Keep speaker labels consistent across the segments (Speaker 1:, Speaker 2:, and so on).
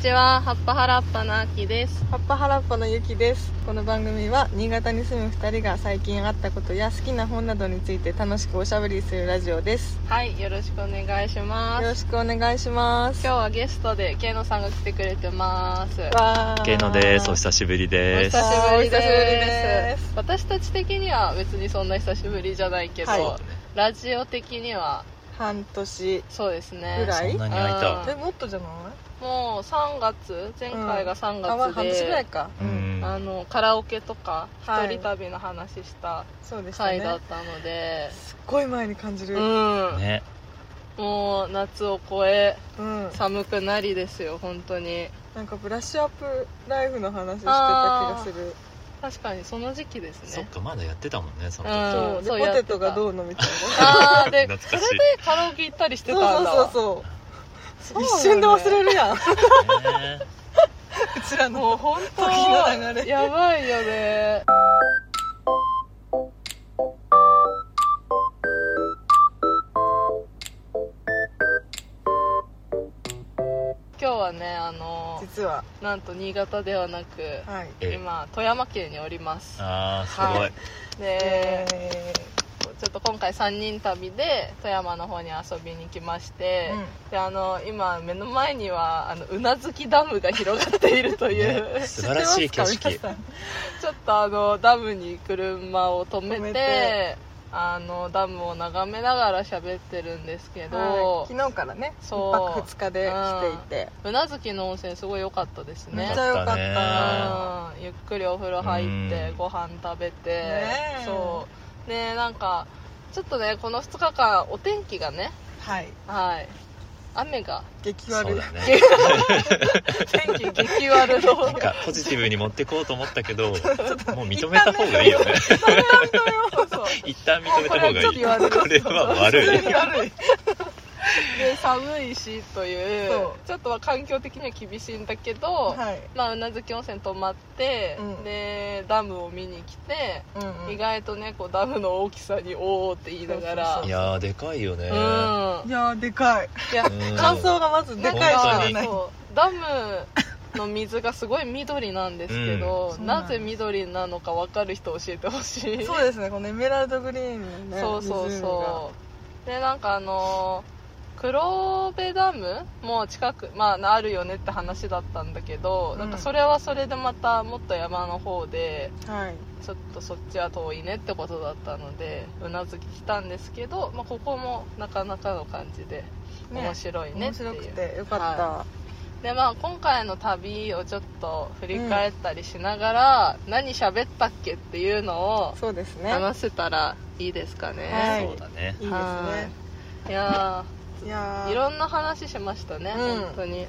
Speaker 1: ちは、はっぱはらっぱのあきです。
Speaker 2: 葉っぱ原っぱのゆきですこの番組は新潟に住む2人が最近あったことや好きな本などについて楽しくおしゃべりするラジオです
Speaker 1: はい、よろしくお願いしま
Speaker 2: よろ
Speaker 1: す。
Speaker 2: しくお願いします
Speaker 1: 今日はゲストで、けいのさんが来てくれてます。
Speaker 2: わー
Speaker 3: ケイノです。お久しぶり
Speaker 1: お
Speaker 3: で
Speaker 1: 久
Speaker 3: す。
Speaker 1: しぶり
Speaker 2: お久しぶり
Speaker 1: で
Speaker 2: ですす。
Speaker 1: 私たち的には別にそんな久しぶりじゃないけど、
Speaker 2: は
Speaker 1: ラジオ的には
Speaker 2: 半年
Speaker 1: そうですね
Speaker 2: ぐらい
Speaker 3: そんなに空い
Speaker 1: うん
Speaker 3: た。
Speaker 2: えもっとじゃない
Speaker 1: もう3月前回が3
Speaker 2: あ
Speaker 1: 月
Speaker 2: 半年ぐらい
Speaker 1: で、
Speaker 2: か
Speaker 3: う
Speaker 1: あ
Speaker 3: ん。
Speaker 1: のカラオケとか
Speaker 2: は
Speaker 1: 一
Speaker 2: い
Speaker 1: 人旅の話した
Speaker 2: そうでした
Speaker 1: 回
Speaker 2: ね
Speaker 1: だったので、
Speaker 2: すっごい前に感じる、
Speaker 1: うん、
Speaker 3: ね。
Speaker 1: もう夏を越え
Speaker 2: うん
Speaker 1: 寒くなりですよ本当に
Speaker 2: なんかブラッシュアップライフの話してた気がする
Speaker 1: 確かにその時期です
Speaker 3: そっ
Speaker 1: ね
Speaker 3: か、まだやってたもんね、その
Speaker 1: あ
Speaker 3: 時。
Speaker 1: ー
Speaker 2: そうで
Speaker 1: そうや
Speaker 2: ポ
Speaker 1: って
Speaker 2: テ
Speaker 1: た
Speaker 2: トがどうのみ たいな
Speaker 1: ああでそれ
Speaker 3: 懐かしい
Speaker 1: でカラオケ行ったりしてた
Speaker 2: そ
Speaker 1: ん
Speaker 2: う
Speaker 1: だ
Speaker 2: そうそう
Speaker 1: そ
Speaker 2: そう
Speaker 1: う
Speaker 2: 一瞬で忘れ
Speaker 1: る
Speaker 2: る やんう
Speaker 3: ね
Speaker 2: ちらの
Speaker 1: もう本当
Speaker 2: 時の流れ
Speaker 1: やばいよね今日はねあの
Speaker 2: 実は
Speaker 1: なんと新潟ではなく、
Speaker 2: はい
Speaker 3: え
Speaker 1: 今富山県におります
Speaker 3: あー、すご。
Speaker 1: はいで
Speaker 2: えー
Speaker 1: ちょっと今回3人旅で富山の方に遊びに来まして、
Speaker 2: うん
Speaker 1: であの今目の前にはあのうなずきダムが広がっているという、
Speaker 3: ね素晴らしい景
Speaker 2: 知って
Speaker 3: 色
Speaker 2: ますか皆さん
Speaker 1: ちょっとあのダムに車を止めて
Speaker 2: 止めて
Speaker 1: あのダムを眺めながら喋ってるんですけど、
Speaker 2: はい昨日からね
Speaker 1: そう
Speaker 2: 1泊2日で来ていて、
Speaker 1: うなずきの温泉すごい良かったです
Speaker 2: め
Speaker 1: ね
Speaker 2: っちゃ良かった
Speaker 3: ね
Speaker 1: うんゆっくりお風呂入って
Speaker 3: うん
Speaker 1: ご飯食べて、
Speaker 2: ねえ
Speaker 1: そうねなんかちょっとねこの2日間お天気がね
Speaker 2: はい
Speaker 1: はい雨が
Speaker 2: 激
Speaker 3: そ
Speaker 2: 悪
Speaker 3: う
Speaker 2: い
Speaker 3: だね。
Speaker 1: 天気激悪の
Speaker 3: なんか、ポジティブに持ってこうと思ったけど、もう認めた方がいいよね。
Speaker 1: そうそう
Speaker 3: 一旦認めた方がい
Speaker 1: これはちょっ
Speaker 3: い。
Speaker 1: と
Speaker 3: これは 悪い。
Speaker 2: 激悪い
Speaker 1: で寒いしという
Speaker 2: そう
Speaker 1: ちょっとは環境的には厳しいんだけど、
Speaker 2: はい、
Speaker 1: まあうなずき温泉泊まって、
Speaker 2: うん
Speaker 1: でダムを見に来て、
Speaker 2: うんうん
Speaker 1: 意外とねこうダムの大きさに「おお」って言いながら
Speaker 2: そう
Speaker 3: いやー、でかいよね。
Speaker 1: うん
Speaker 2: いやーでかい
Speaker 1: いや
Speaker 3: うん
Speaker 2: 感想がまずでかいしか
Speaker 3: うん
Speaker 2: ない
Speaker 1: そうダムの水がすごい緑なんですけど、
Speaker 2: うん
Speaker 1: なぜ緑なのか分かる人教えてほし い
Speaker 2: そうですねこのエメラルドグリーンのね
Speaker 1: そうそうそうでなんかあのー黒部ダムも近く、まあ、あるよねって話だったんだけど、
Speaker 2: うん
Speaker 1: なんかそれはそれでまたもっと山の方で
Speaker 2: 湖がはい
Speaker 1: ちょっとそっちは遠いねってことだったのでうなずき来たんですけど、まあ、ここもなかなかの感じで面白い
Speaker 2: 面
Speaker 1: ねってい
Speaker 2: 白
Speaker 1: う、
Speaker 2: くてよかった、
Speaker 1: はでまあ今回の旅をちょっと振り返ったりしながら、何喋ったっけっていうのを
Speaker 2: そうですね
Speaker 1: 話せたらいいですかね、
Speaker 2: はい
Speaker 3: そうだね。
Speaker 2: いいですね
Speaker 1: いや
Speaker 2: いや
Speaker 1: ー
Speaker 2: ー
Speaker 1: いろんな話しましたね、
Speaker 2: うん
Speaker 1: 本当に、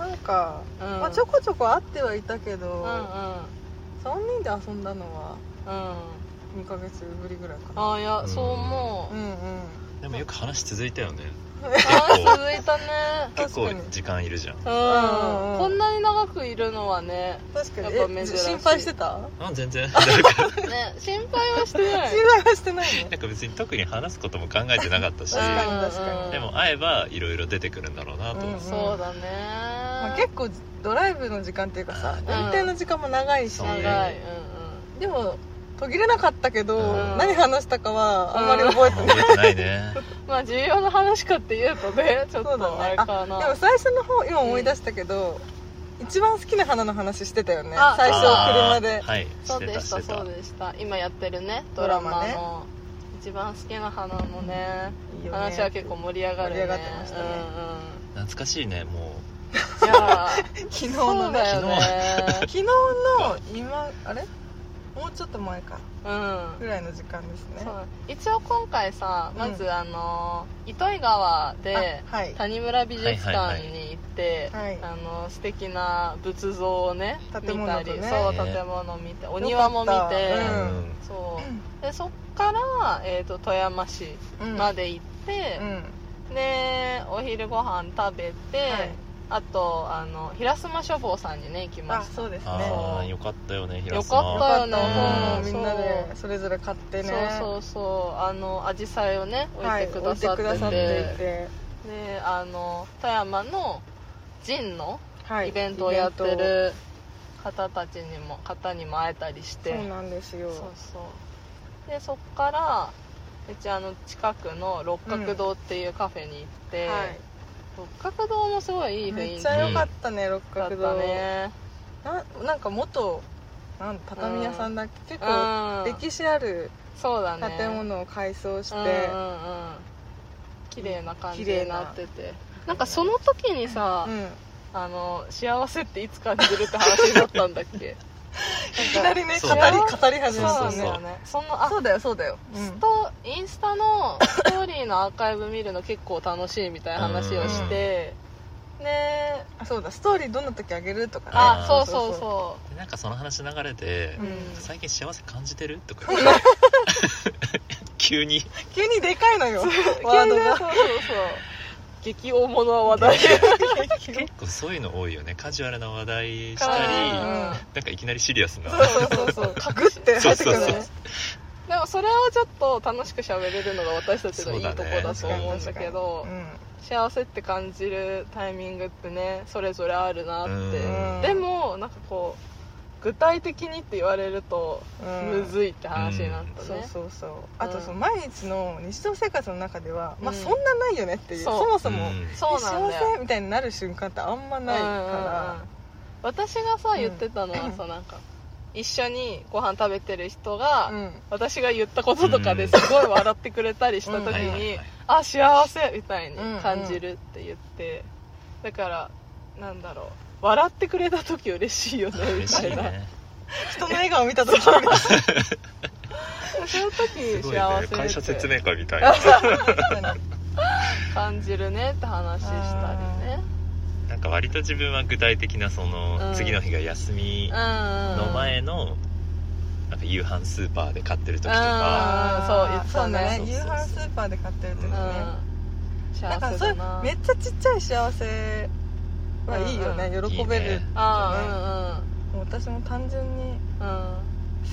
Speaker 1: うん、
Speaker 2: なんか、ま
Speaker 1: ま
Speaker 2: あ、ちょこちょこ会ってはいたけど、
Speaker 1: うんうんうん
Speaker 2: 三3人で遊んだのは
Speaker 1: あ
Speaker 2: 2ヶ月ぶりぐらいかな
Speaker 1: あいや、そう思う、
Speaker 2: うんうん
Speaker 3: でもよく話続いたよね。
Speaker 1: あ
Speaker 3: 結
Speaker 1: あ
Speaker 3: 構
Speaker 1: 続いたね
Speaker 2: 確
Speaker 3: 結構
Speaker 2: かに
Speaker 3: 時間いるじゃん。
Speaker 2: ん
Speaker 1: うんこんなに長くいるのはね
Speaker 2: 確かに
Speaker 1: やっぱ珍
Speaker 2: え
Speaker 1: しい
Speaker 2: 心配してた
Speaker 3: あ、全然。なんか
Speaker 1: ね心配はしてない
Speaker 2: 心配はしてないね
Speaker 3: なんか別に特に話すことも考えてなかった し
Speaker 2: 確かに確かに
Speaker 1: うん
Speaker 3: でも会えばいろいろ出てくるんだろうなと、
Speaker 2: うんうん
Speaker 1: そうだね、
Speaker 2: まあ、結構ドライブの時間っていうかさ
Speaker 3: うん
Speaker 2: 運転の時間も長いし、
Speaker 3: そうね
Speaker 1: 長い、うん
Speaker 2: でも途切れなかったけど、
Speaker 3: うん
Speaker 2: 何話したかはあんまり覚えてない、
Speaker 3: 覚えてないね
Speaker 1: うん、まあ重要な話かっていうと ね ちょっ
Speaker 2: そうだね
Speaker 1: とあれか
Speaker 2: で
Speaker 1: な、
Speaker 2: も最初の方今思い出したけど、一番好きな花の話してたよね
Speaker 1: あ
Speaker 2: 最初
Speaker 3: あ
Speaker 2: 車
Speaker 3: ー
Speaker 2: で
Speaker 3: はい
Speaker 1: そ
Speaker 3: し
Speaker 1: う
Speaker 3: て
Speaker 1: で
Speaker 3: た
Speaker 1: し
Speaker 3: したて
Speaker 1: そ
Speaker 3: た
Speaker 1: うでした今やってるねド
Speaker 2: ド
Speaker 1: ラ
Speaker 2: ラ
Speaker 1: マ
Speaker 2: マ
Speaker 1: の
Speaker 2: ね
Speaker 1: 一番好きな花のね
Speaker 2: いいよね
Speaker 1: 話は結構盛り上がる、ね、
Speaker 2: 盛り上がってましたね
Speaker 3: 懐かしいねも
Speaker 1: うんうん、いや
Speaker 2: 昨日
Speaker 1: ーそ
Speaker 2: の
Speaker 1: う
Speaker 2: ね
Speaker 1: だよね
Speaker 2: 昨日の今あれもうちょっと前か
Speaker 1: うん
Speaker 2: ぐらいの時間ですね
Speaker 1: そう一応今回さまず、
Speaker 2: う
Speaker 1: あの糸魚川で
Speaker 2: あはい
Speaker 1: 谷村美術館に行って、
Speaker 2: はいはい
Speaker 1: あの素敵な仏像をね
Speaker 2: 建
Speaker 1: 見
Speaker 2: 物
Speaker 1: た
Speaker 2: と
Speaker 1: り
Speaker 2: ね
Speaker 1: そう
Speaker 3: ね
Speaker 1: 建物見てお庭も見て
Speaker 2: よかったう
Speaker 3: う、
Speaker 2: ん
Speaker 1: そうでそっから、えー、と富山市
Speaker 2: うん
Speaker 1: まで行って
Speaker 2: う、ん
Speaker 1: でお昼ご飯食べて、
Speaker 2: はい
Speaker 1: あとあの平島書房さんにね行きま
Speaker 2: あ
Speaker 1: した
Speaker 2: そうですね
Speaker 3: ああよかったよね平さ
Speaker 1: よ
Speaker 2: よ
Speaker 1: か
Speaker 2: かったた
Speaker 1: っよ
Speaker 3: ね
Speaker 2: 本をみんなでそれぞれ買ってね
Speaker 1: そうそうそうあのアジサイをね置
Speaker 2: はいい
Speaker 1: てくださってて,、
Speaker 2: 置いてくださっていて
Speaker 1: であの富山の神の
Speaker 2: はい
Speaker 1: イベントをやってる方たちにも方にも会えたりし
Speaker 2: イベン
Speaker 1: て
Speaker 2: トそうなんですよ
Speaker 1: そうそうでそっからうちあの近くの六角堂っていうカフェに行って、
Speaker 2: はい
Speaker 1: 六角堂もすごいいい雰
Speaker 2: め
Speaker 1: 囲
Speaker 2: っ
Speaker 1: 気
Speaker 2: ちゃ良かったね六
Speaker 1: だっ
Speaker 2: 角堂
Speaker 1: たね
Speaker 2: ななんか元なん畳屋さんだっけ、結構
Speaker 1: うん
Speaker 2: 歴史ある
Speaker 1: そうだね
Speaker 2: 建物を改装して、
Speaker 1: うんうんうん綺麗な感じになっててなんかその時にさ、
Speaker 2: うん
Speaker 1: あの幸せっていつ感じるって話になったんだっけ
Speaker 2: いきなりね
Speaker 3: そ
Speaker 2: 語
Speaker 3: う
Speaker 2: り語り始
Speaker 1: そ
Speaker 2: めた
Speaker 1: うなん
Speaker 2: ね
Speaker 1: だよねそのあ
Speaker 2: そうだよそうだよ、うん
Speaker 1: ストインスタのストーリーのアーカイブ見るの結構楽しいみたいな話をして、ね
Speaker 2: あそうだストーリーどんな時あげるとかね
Speaker 1: あ
Speaker 3: う
Speaker 1: そ
Speaker 3: ん
Speaker 1: うそうそ
Speaker 3: でなんかその話流れて、
Speaker 2: うん
Speaker 3: 最近幸せ感じてる?」とか言って 急に
Speaker 2: 急にでかいのよ
Speaker 1: う
Speaker 2: ワード
Speaker 1: 急にね
Speaker 2: が
Speaker 1: そうそうそう激大物は話題
Speaker 3: 結構そういうの多いよねカジュアルな話題し
Speaker 1: か
Speaker 3: た
Speaker 2: う
Speaker 3: り
Speaker 2: ん
Speaker 1: ら
Speaker 3: なんかいきなりシリアスな
Speaker 2: そうそうそう そうグッて入ってくるの
Speaker 3: そうそう
Speaker 2: ね
Speaker 3: そ
Speaker 1: でもそれをちょっと楽しく喋れるのが私たちのいいとこだと思うんだけど幸せって感じるタイミングってねそれぞれあるなって、
Speaker 3: うん
Speaker 1: でもなんかこう具体的にって言われると
Speaker 2: うんうん
Speaker 1: むずいって話になったね、
Speaker 2: そうそうそうあとそうの
Speaker 1: ん
Speaker 2: 毎日の日常生活の中では、まあ
Speaker 1: うん
Speaker 2: そんなないよねっていう
Speaker 1: そう
Speaker 2: そもそも、
Speaker 3: うん
Speaker 1: そうなん
Speaker 2: 幸
Speaker 1: だよ
Speaker 2: せみたいになる瞬間ってあんまない
Speaker 1: うんうんうん
Speaker 2: か
Speaker 1: 私がさ
Speaker 2: うん
Speaker 1: 言ってたのはさ、なんか一緒にご飯食べてる人
Speaker 2: ら、
Speaker 1: が、
Speaker 2: うん
Speaker 1: 私が言ったこととかですごい笑ってくれたりした時
Speaker 2: うん
Speaker 1: に、
Speaker 3: はいはいはい
Speaker 1: あ幸せみたいに感じるって言って、だからなんだろう笑ってくれた時嬉しいよねみ
Speaker 3: 嬉
Speaker 1: た
Speaker 3: しい
Speaker 1: いな
Speaker 3: ね
Speaker 2: 人の笑顔見た時に
Speaker 1: そういう
Speaker 3: す
Speaker 1: 時
Speaker 3: ごいね
Speaker 1: 幸
Speaker 3: 会社
Speaker 1: せっ
Speaker 3: 説
Speaker 1: て
Speaker 3: 明会みたいな
Speaker 1: 感じるねって話したりね
Speaker 3: なんか割と自分は具体的なその、
Speaker 1: うん
Speaker 3: 次の日が休
Speaker 1: う
Speaker 3: み
Speaker 1: ん
Speaker 3: の前のなんか夕飯スーパーで買ってる時と
Speaker 1: あ
Speaker 3: か
Speaker 1: あーそう
Speaker 2: そうだね夕
Speaker 3: 言ってたね
Speaker 2: 飯スーパーで買ってる時ね、
Speaker 3: う
Speaker 1: う
Speaker 3: ん
Speaker 1: ん、
Speaker 2: なん
Speaker 1: 幸
Speaker 2: か
Speaker 1: せ
Speaker 2: そうい
Speaker 1: だ
Speaker 2: う
Speaker 1: な
Speaker 2: めっちゃちっちゃい幸せはいいよね、
Speaker 1: う
Speaker 2: 喜べる
Speaker 3: いいね
Speaker 1: あ
Speaker 2: もう私も単純に
Speaker 1: あうんうんうん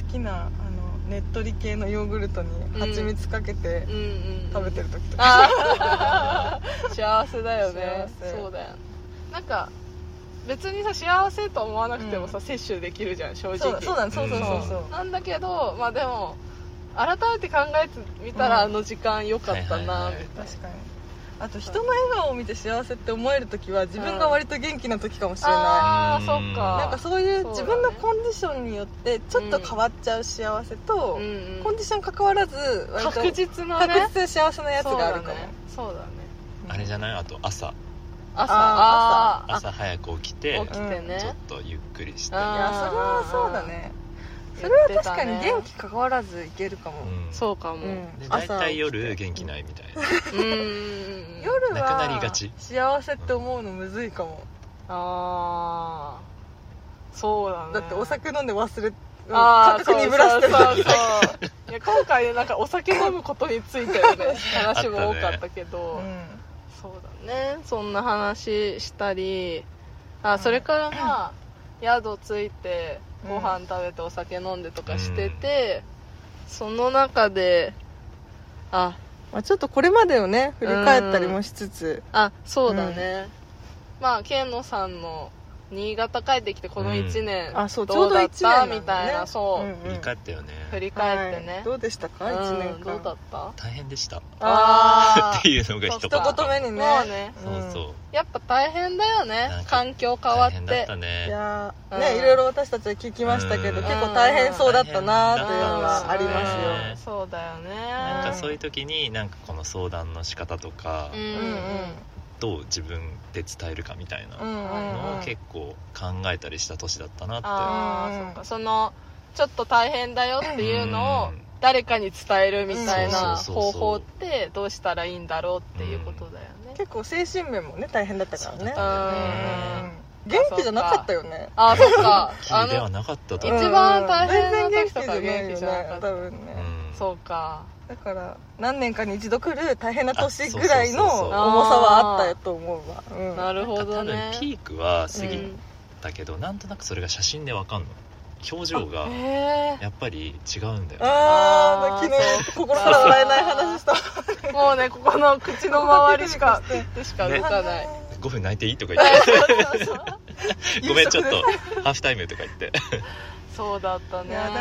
Speaker 2: 好きなあのねっとり系のヨーグルトに蜂蜜かけて
Speaker 1: うんうんうん
Speaker 2: 食べてる時とか、
Speaker 1: あー 幸せだよね
Speaker 2: 幸せ
Speaker 1: そうだよなんか別にさ幸せと思わなくてもさ、摂取できるじゃん正直
Speaker 2: そうだそうだそうそうそうそう、
Speaker 1: なんだけどまあでも改めて考えてみたら、
Speaker 2: うん
Speaker 1: あの時間良かったな、
Speaker 3: はいはいはい
Speaker 1: みたい
Speaker 2: 確かにあと人の笑顔を見て幸せって思える時は自分が割と元気な時かもしれな
Speaker 1: なあー
Speaker 3: うん
Speaker 1: そっ
Speaker 2: い
Speaker 1: か
Speaker 2: なんかそういう
Speaker 1: そうだね
Speaker 2: 自分のコンディションによってちょっと変わっちゃう幸せと、
Speaker 1: うんうん
Speaker 2: コンディション関わらず割と
Speaker 1: 確実な
Speaker 2: 確
Speaker 1: ね
Speaker 2: 実に幸せなやつがあるかも、
Speaker 1: そうだねそうだね
Speaker 3: あれじゃないあと朝
Speaker 1: 朝
Speaker 2: あ
Speaker 1: あー
Speaker 3: 朝早く起きて
Speaker 1: 起きてね
Speaker 3: ちょっとゆっくりして
Speaker 2: い
Speaker 1: あ
Speaker 2: やそれはそうだねそれは確かに
Speaker 1: 言っ
Speaker 2: 元
Speaker 1: て
Speaker 2: 気関わらずいけるかも、
Speaker 3: うん
Speaker 1: たそうかも、
Speaker 2: う
Speaker 1: うんん、
Speaker 3: で大
Speaker 2: 朝
Speaker 3: 体夜元気ないみたいな
Speaker 1: うんうんうん
Speaker 2: 夜
Speaker 3: なくなり
Speaker 2: は
Speaker 3: がち
Speaker 2: 幸せって思うのむずいかも、
Speaker 1: ああそうだね
Speaker 2: だってお酒飲んで忘れ
Speaker 1: あ
Speaker 2: 感
Speaker 1: ー
Speaker 2: 覚鈍らしてる
Speaker 1: そうそうそ うそういや今回なんかお酒飲むことについてのね話も多かったけど
Speaker 2: う
Speaker 1: そうだねそんな話したりあそれからまあ 宿着いてご飯食べてお酒飲んでとかしてて、その中であ
Speaker 2: まあ、ちょっとこれまでをね振り返ったりもしつつ、
Speaker 1: あそうだね、まあケン野さんの新潟帰ってきてこの1年、
Speaker 2: あそうちょ
Speaker 1: ど
Speaker 2: う
Speaker 1: う
Speaker 2: ど
Speaker 1: だ
Speaker 2: 1
Speaker 1: っ
Speaker 2: 年な
Speaker 1: た、
Speaker 2: んだね
Speaker 1: みたいなそう、
Speaker 2: うんうん
Speaker 3: 振り返ったよね
Speaker 1: 振り返ってね、
Speaker 2: はいどうでしたか
Speaker 1: う
Speaker 2: 1
Speaker 1: ん
Speaker 2: 年間
Speaker 1: どうだった
Speaker 3: 大変でしたっ
Speaker 1: あ
Speaker 3: ていうのが一言
Speaker 1: あー
Speaker 2: 一言目にね
Speaker 1: もうね
Speaker 3: そうそう
Speaker 1: やっぱ大変だよね
Speaker 3: なんか
Speaker 1: 環境変わ
Speaker 3: 大
Speaker 1: っ
Speaker 3: 変だってた
Speaker 2: うんい
Speaker 3: ね
Speaker 2: やー
Speaker 1: うん
Speaker 2: ねいろいろ私たちは聞きましたけど、
Speaker 3: うん
Speaker 2: 結構大変そうだったなーっていうの
Speaker 1: は
Speaker 2: はありますよ、
Speaker 3: ね
Speaker 1: そうだよね
Speaker 3: なんかそういう時になんかこの相談の仕方とか
Speaker 1: うんうん
Speaker 3: どう自分で伝えるかみたいな
Speaker 2: うんうん
Speaker 3: の
Speaker 2: う
Speaker 3: を
Speaker 2: ん
Speaker 3: 結構考えたりした年だったなって
Speaker 1: あ
Speaker 2: う
Speaker 1: あ
Speaker 2: ん
Speaker 1: そっかそのちょっと大変だよっていうのを
Speaker 3: うん
Speaker 1: 誰かに伝えるみたいな
Speaker 3: そうそ
Speaker 1: 方
Speaker 3: うそうそう
Speaker 1: 法ってどうしたらいいんだろうっていうことだよね
Speaker 2: 結構精神面もね大変だったから
Speaker 3: そうだ
Speaker 2: ね
Speaker 3: っ
Speaker 1: う
Speaker 3: た
Speaker 2: うん
Speaker 1: ん
Speaker 2: 元気じゃなかったよね
Speaker 1: ああそっ かあ
Speaker 3: 君で
Speaker 1: の
Speaker 3: はなかったと
Speaker 1: 一
Speaker 3: 思う、
Speaker 1: 番大変な
Speaker 2: 全然
Speaker 1: 時とか元気じゃなか
Speaker 2: 元気じゃないよ
Speaker 1: った
Speaker 2: ね多分ね、
Speaker 3: うん
Speaker 1: そうか
Speaker 2: だから何年かに一度来る大変な年ぐらいの
Speaker 3: あ
Speaker 2: 重
Speaker 3: そうそうそうそう
Speaker 2: さはあったと思うわ、うん
Speaker 1: なるほど
Speaker 3: なん
Speaker 1: ね
Speaker 3: か多分ピークは過
Speaker 1: う
Speaker 3: ぎ
Speaker 1: ん
Speaker 3: たけど、なんとなくそれが写真でわかんの表情が
Speaker 1: え
Speaker 3: やっぱり違うんだよ、ね、
Speaker 2: あ
Speaker 1: あ
Speaker 2: あ
Speaker 1: ー
Speaker 2: 昨日心から笑えない話した
Speaker 1: えもうねここの 口の周りしかしか動かない
Speaker 3: 5分泣いていいとか言ってごめんちょっとハーフタイムとか言って
Speaker 1: そうだった
Speaker 2: い
Speaker 1: ね
Speaker 2: やだか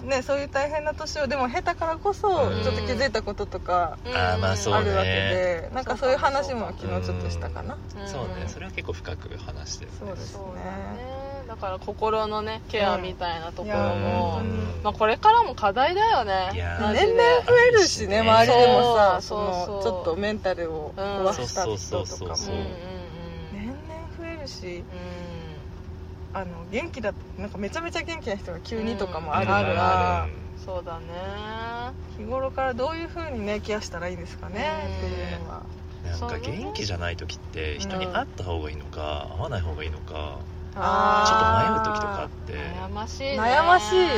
Speaker 2: らねそういう大変な年をでも経たからこそ
Speaker 3: うん
Speaker 2: ちょっと気づいたこととか
Speaker 1: うん
Speaker 3: あーまあそうね
Speaker 2: あるわけで、なんかそういう話も昨日ちょっとしたかな、
Speaker 1: うん
Speaker 3: そうねそれは結構深く話してるね
Speaker 2: そうです
Speaker 1: そうだ
Speaker 2: ね
Speaker 1: ねだから心のねケアみたいなところ
Speaker 2: いや
Speaker 1: も、
Speaker 2: 本当に
Speaker 1: まあ、これからも課題だよ
Speaker 3: い
Speaker 1: ね
Speaker 3: や
Speaker 1: マジで
Speaker 2: 年々増えるしね周りでもさそ
Speaker 1: そうそう
Speaker 2: の
Speaker 1: そ
Speaker 2: ち
Speaker 1: う
Speaker 2: ょっとメンタルを壊した人とか
Speaker 3: そう
Speaker 2: も
Speaker 1: んうんうん
Speaker 2: 年々増えるし
Speaker 1: う
Speaker 2: あの元気だなんかめちゃめちゃ元気な人が急にとかもある
Speaker 1: うん
Speaker 2: から、
Speaker 1: あ
Speaker 3: うん
Speaker 1: んそうだね
Speaker 2: 日頃からどういうふうにねケアしたらいいですかねっていうのは
Speaker 3: なん
Speaker 1: そう
Speaker 3: か
Speaker 1: ね
Speaker 3: 元気じゃない時って人に
Speaker 1: うん
Speaker 3: 会った方がいいのか会わない方がいいのかちょっと迷
Speaker 2: あ
Speaker 3: う
Speaker 2: ー
Speaker 3: 時とかあって
Speaker 1: 悩ましいね
Speaker 2: 悩ましい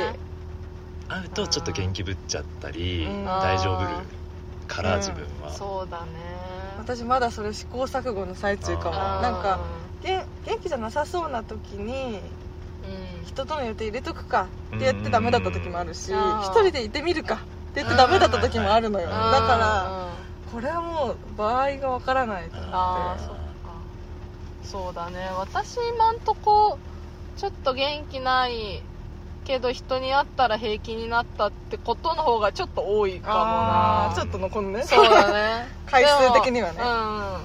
Speaker 3: 会うとちょっと元気ぶっちゃったり
Speaker 2: うん
Speaker 3: 大丈夫から自分は
Speaker 1: そうだね
Speaker 2: 私まだそれ試行錯誤の最中かも
Speaker 3: あー
Speaker 2: なんかげん元気じゃなさそうな時に
Speaker 1: うん
Speaker 2: 人との予定入れとくかってやってダメだった時もあるし
Speaker 1: うんあー
Speaker 2: 一人でいてみるかって言ってダメだった時もあるのよ
Speaker 3: う
Speaker 2: だ
Speaker 3: ん
Speaker 2: から
Speaker 1: う
Speaker 2: こ
Speaker 1: ん
Speaker 2: れはもう場合がわからないと思って
Speaker 1: あーそっかそうだね私今んとこちょっと元気ないけど人に会ったら平気になったってことの方がちょっと多い
Speaker 2: あー
Speaker 1: か
Speaker 2: ちょっと残るね
Speaker 1: もなそうだね
Speaker 2: 回数的にはね
Speaker 1: でもうんま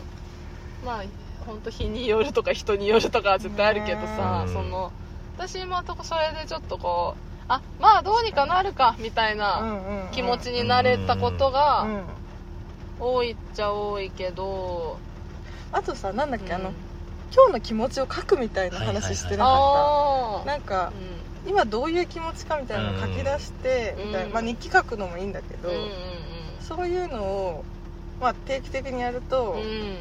Speaker 1: あ本当日によるとか人によるとかは絶対あるけどさ、
Speaker 3: うん
Speaker 1: その私今んとこそれでちょっとこうあまあどうにかなるかみたいな気持ちになれたこと
Speaker 2: が
Speaker 1: が多いっちゃ多いけど、
Speaker 2: あとさなんだっけあ
Speaker 1: う
Speaker 2: の
Speaker 1: ん
Speaker 2: 今日の気持ちを書くみたいな話してなか
Speaker 1: あ
Speaker 2: っ
Speaker 1: ー
Speaker 2: たなんか今どういう気持ちかみたいなのを書き出して
Speaker 1: うん
Speaker 2: みたいなまあ日記書くのもいいんだけど
Speaker 1: うんうん
Speaker 2: そういうのをまあ定期的にやると
Speaker 1: うんうん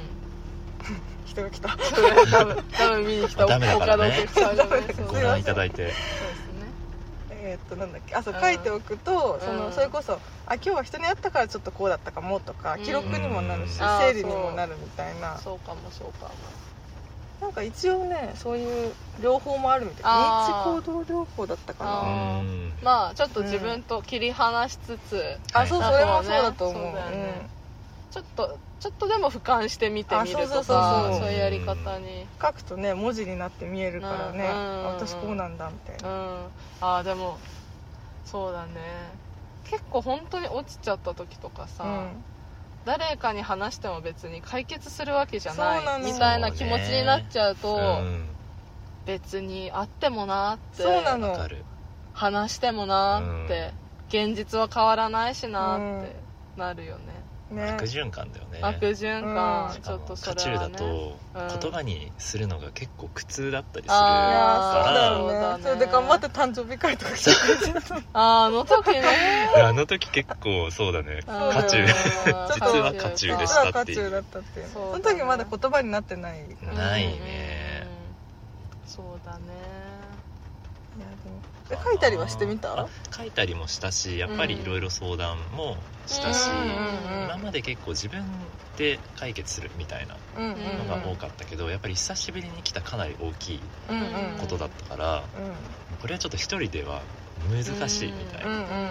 Speaker 2: 人が来た
Speaker 1: 多分多分見に来た
Speaker 3: ダメだか
Speaker 1: 他
Speaker 3: ら
Speaker 1: のお
Speaker 3: ね
Speaker 1: 客さんがねそう
Speaker 3: ご
Speaker 1: そうですね
Speaker 3: 覧いただいて
Speaker 2: えーっとなんだっけあそう
Speaker 1: うん
Speaker 2: 書いておくと、そ
Speaker 1: うん
Speaker 2: のそれこそあ今日は人に会ったからちょっとこうだったかもとか
Speaker 1: うん
Speaker 2: 記録にもなるし、
Speaker 1: うんあー
Speaker 2: 整理にもなるみたいな
Speaker 1: そうかもそうかも
Speaker 2: なんか一応ねそういう両方もあるみたいな
Speaker 1: あー
Speaker 2: 認知行動療法だったか
Speaker 3: う
Speaker 2: なあ
Speaker 1: あー
Speaker 3: ん
Speaker 1: まあちょっと自分と切り離しつつ、
Speaker 3: はい
Speaker 2: そう
Speaker 1: あ
Speaker 2: それもそうだと思う
Speaker 1: そうだよね
Speaker 2: うん
Speaker 1: ちょっとちょっとでも俯瞰して見てみるとか
Speaker 2: あ
Speaker 1: そ
Speaker 2: そううそうそうそう
Speaker 1: いうやり方に
Speaker 2: 書くとね文字になって見えるからね、
Speaker 1: うん
Speaker 2: あ私こうなんだみたい
Speaker 1: うん
Speaker 2: な、
Speaker 1: ああでもそうだね結構本当に落ちちゃった時とかさ、
Speaker 2: うん
Speaker 1: 誰かに話しても別に解決するわけじゃない
Speaker 2: そうなの
Speaker 1: みたいな気持ちになっちゃうと
Speaker 3: うん
Speaker 1: 別にあってもなって
Speaker 2: そうなの
Speaker 3: わかる
Speaker 1: 話してもなって、現実は変わらないしなってなるよね、
Speaker 2: ね
Speaker 3: 悪循環だよね
Speaker 1: 悪循環、
Speaker 2: うん
Speaker 1: ちょっと
Speaker 3: 渦
Speaker 1: そ
Speaker 3: 中
Speaker 1: れは
Speaker 3: だ
Speaker 1: ね
Speaker 3: と
Speaker 1: うん
Speaker 3: 言葉にするのが結構苦痛だったり
Speaker 2: い
Speaker 3: する
Speaker 1: あ
Speaker 2: やーそうだ
Speaker 1: あー
Speaker 2: よね
Speaker 1: そうだね
Speaker 2: それで頑張って誕生日会とかしてくれてた
Speaker 1: あーあの時 ね
Speaker 3: あの時結構そうだ
Speaker 1: う
Speaker 3: ね
Speaker 1: ん
Speaker 3: 渦
Speaker 2: ょ
Speaker 3: 中
Speaker 2: っと
Speaker 3: 実は渦 中で
Speaker 2: 実
Speaker 3: した
Speaker 2: は渦中だったっていう
Speaker 1: そ う
Speaker 2: そ
Speaker 1: だね
Speaker 2: の時まだ言葉になってないいやで
Speaker 1: うん
Speaker 3: ないね
Speaker 1: そうだね
Speaker 2: もえ書いたりはしてみた
Speaker 3: あ書いたりもしたしやっぱりいろいろ相談もしたし、
Speaker 1: うんうんうん
Speaker 3: 今まで結構自分で解決するみたいな
Speaker 2: うんうんうん
Speaker 3: のが多かったけど、やっぱり久しぶりに来たかなり大きい
Speaker 2: うんうん
Speaker 3: ことだったから、これはちょっと一人では難しいみたい
Speaker 2: うんう
Speaker 3: な、
Speaker 2: んうん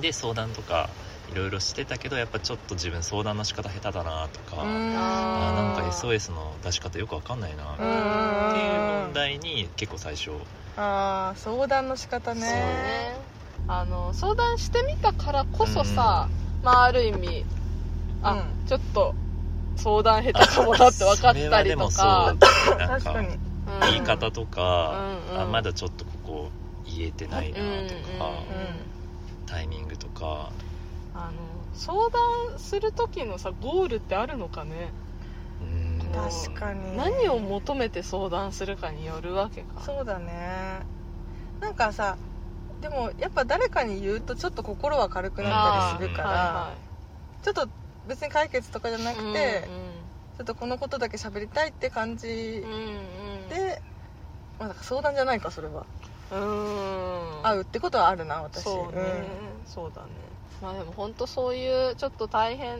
Speaker 3: で相談とかいろいろしてたけどやっぱちょっと自分相談の仕方下手だなとか、
Speaker 2: うん
Speaker 3: あ
Speaker 1: あ
Speaker 3: ーなんか
Speaker 1: あー
Speaker 3: SOS の出し方よくわかんないな、
Speaker 2: う
Speaker 3: っ
Speaker 2: んうん
Speaker 3: ていう
Speaker 2: うん
Speaker 3: 問題に結構最初
Speaker 2: ああ相談の仕方
Speaker 1: そう
Speaker 2: ね
Speaker 1: ねあの相談してみたからこそさ、まあある意味あ、
Speaker 2: う
Speaker 1: ちょっと相談下手かもなって分かったりと
Speaker 3: それは
Speaker 1: か
Speaker 3: でもそうだねなん
Speaker 2: 確
Speaker 3: か
Speaker 2: かに
Speaker 1: うん
Speaker 3: 言い方とか、
Speaker 1: うんうん
Speaker 3: あまだちょっとここ言えてないなとか、
Speaker 1: うんうんうん
Speaker 3: タイミングとか
Speaker 1: あの相談する時のさゴールってあるのかね
Speaker 3: うん
Speaker 2: 確かに
Speaker 1: 何を求めて相談するかによるわけか
Speaker 2: そうだねなんかさでもやっぱ誰かに言うとちょっと心は軽くなったりするか
Speaker 1: はいは
Speaker 2: らちょっと別に解決とかじゃないくてちょっとこのことだけ喋りたいって感じ
Speaker 1: うんうんうん
Speaker 2: で、まあ、だから相談じゃないかそれは
Speaker 1: うん
Speaker 2: 会うってことはあるな私
Speaker 1: そうね、そうだねまあでも本当そういうちょっと大変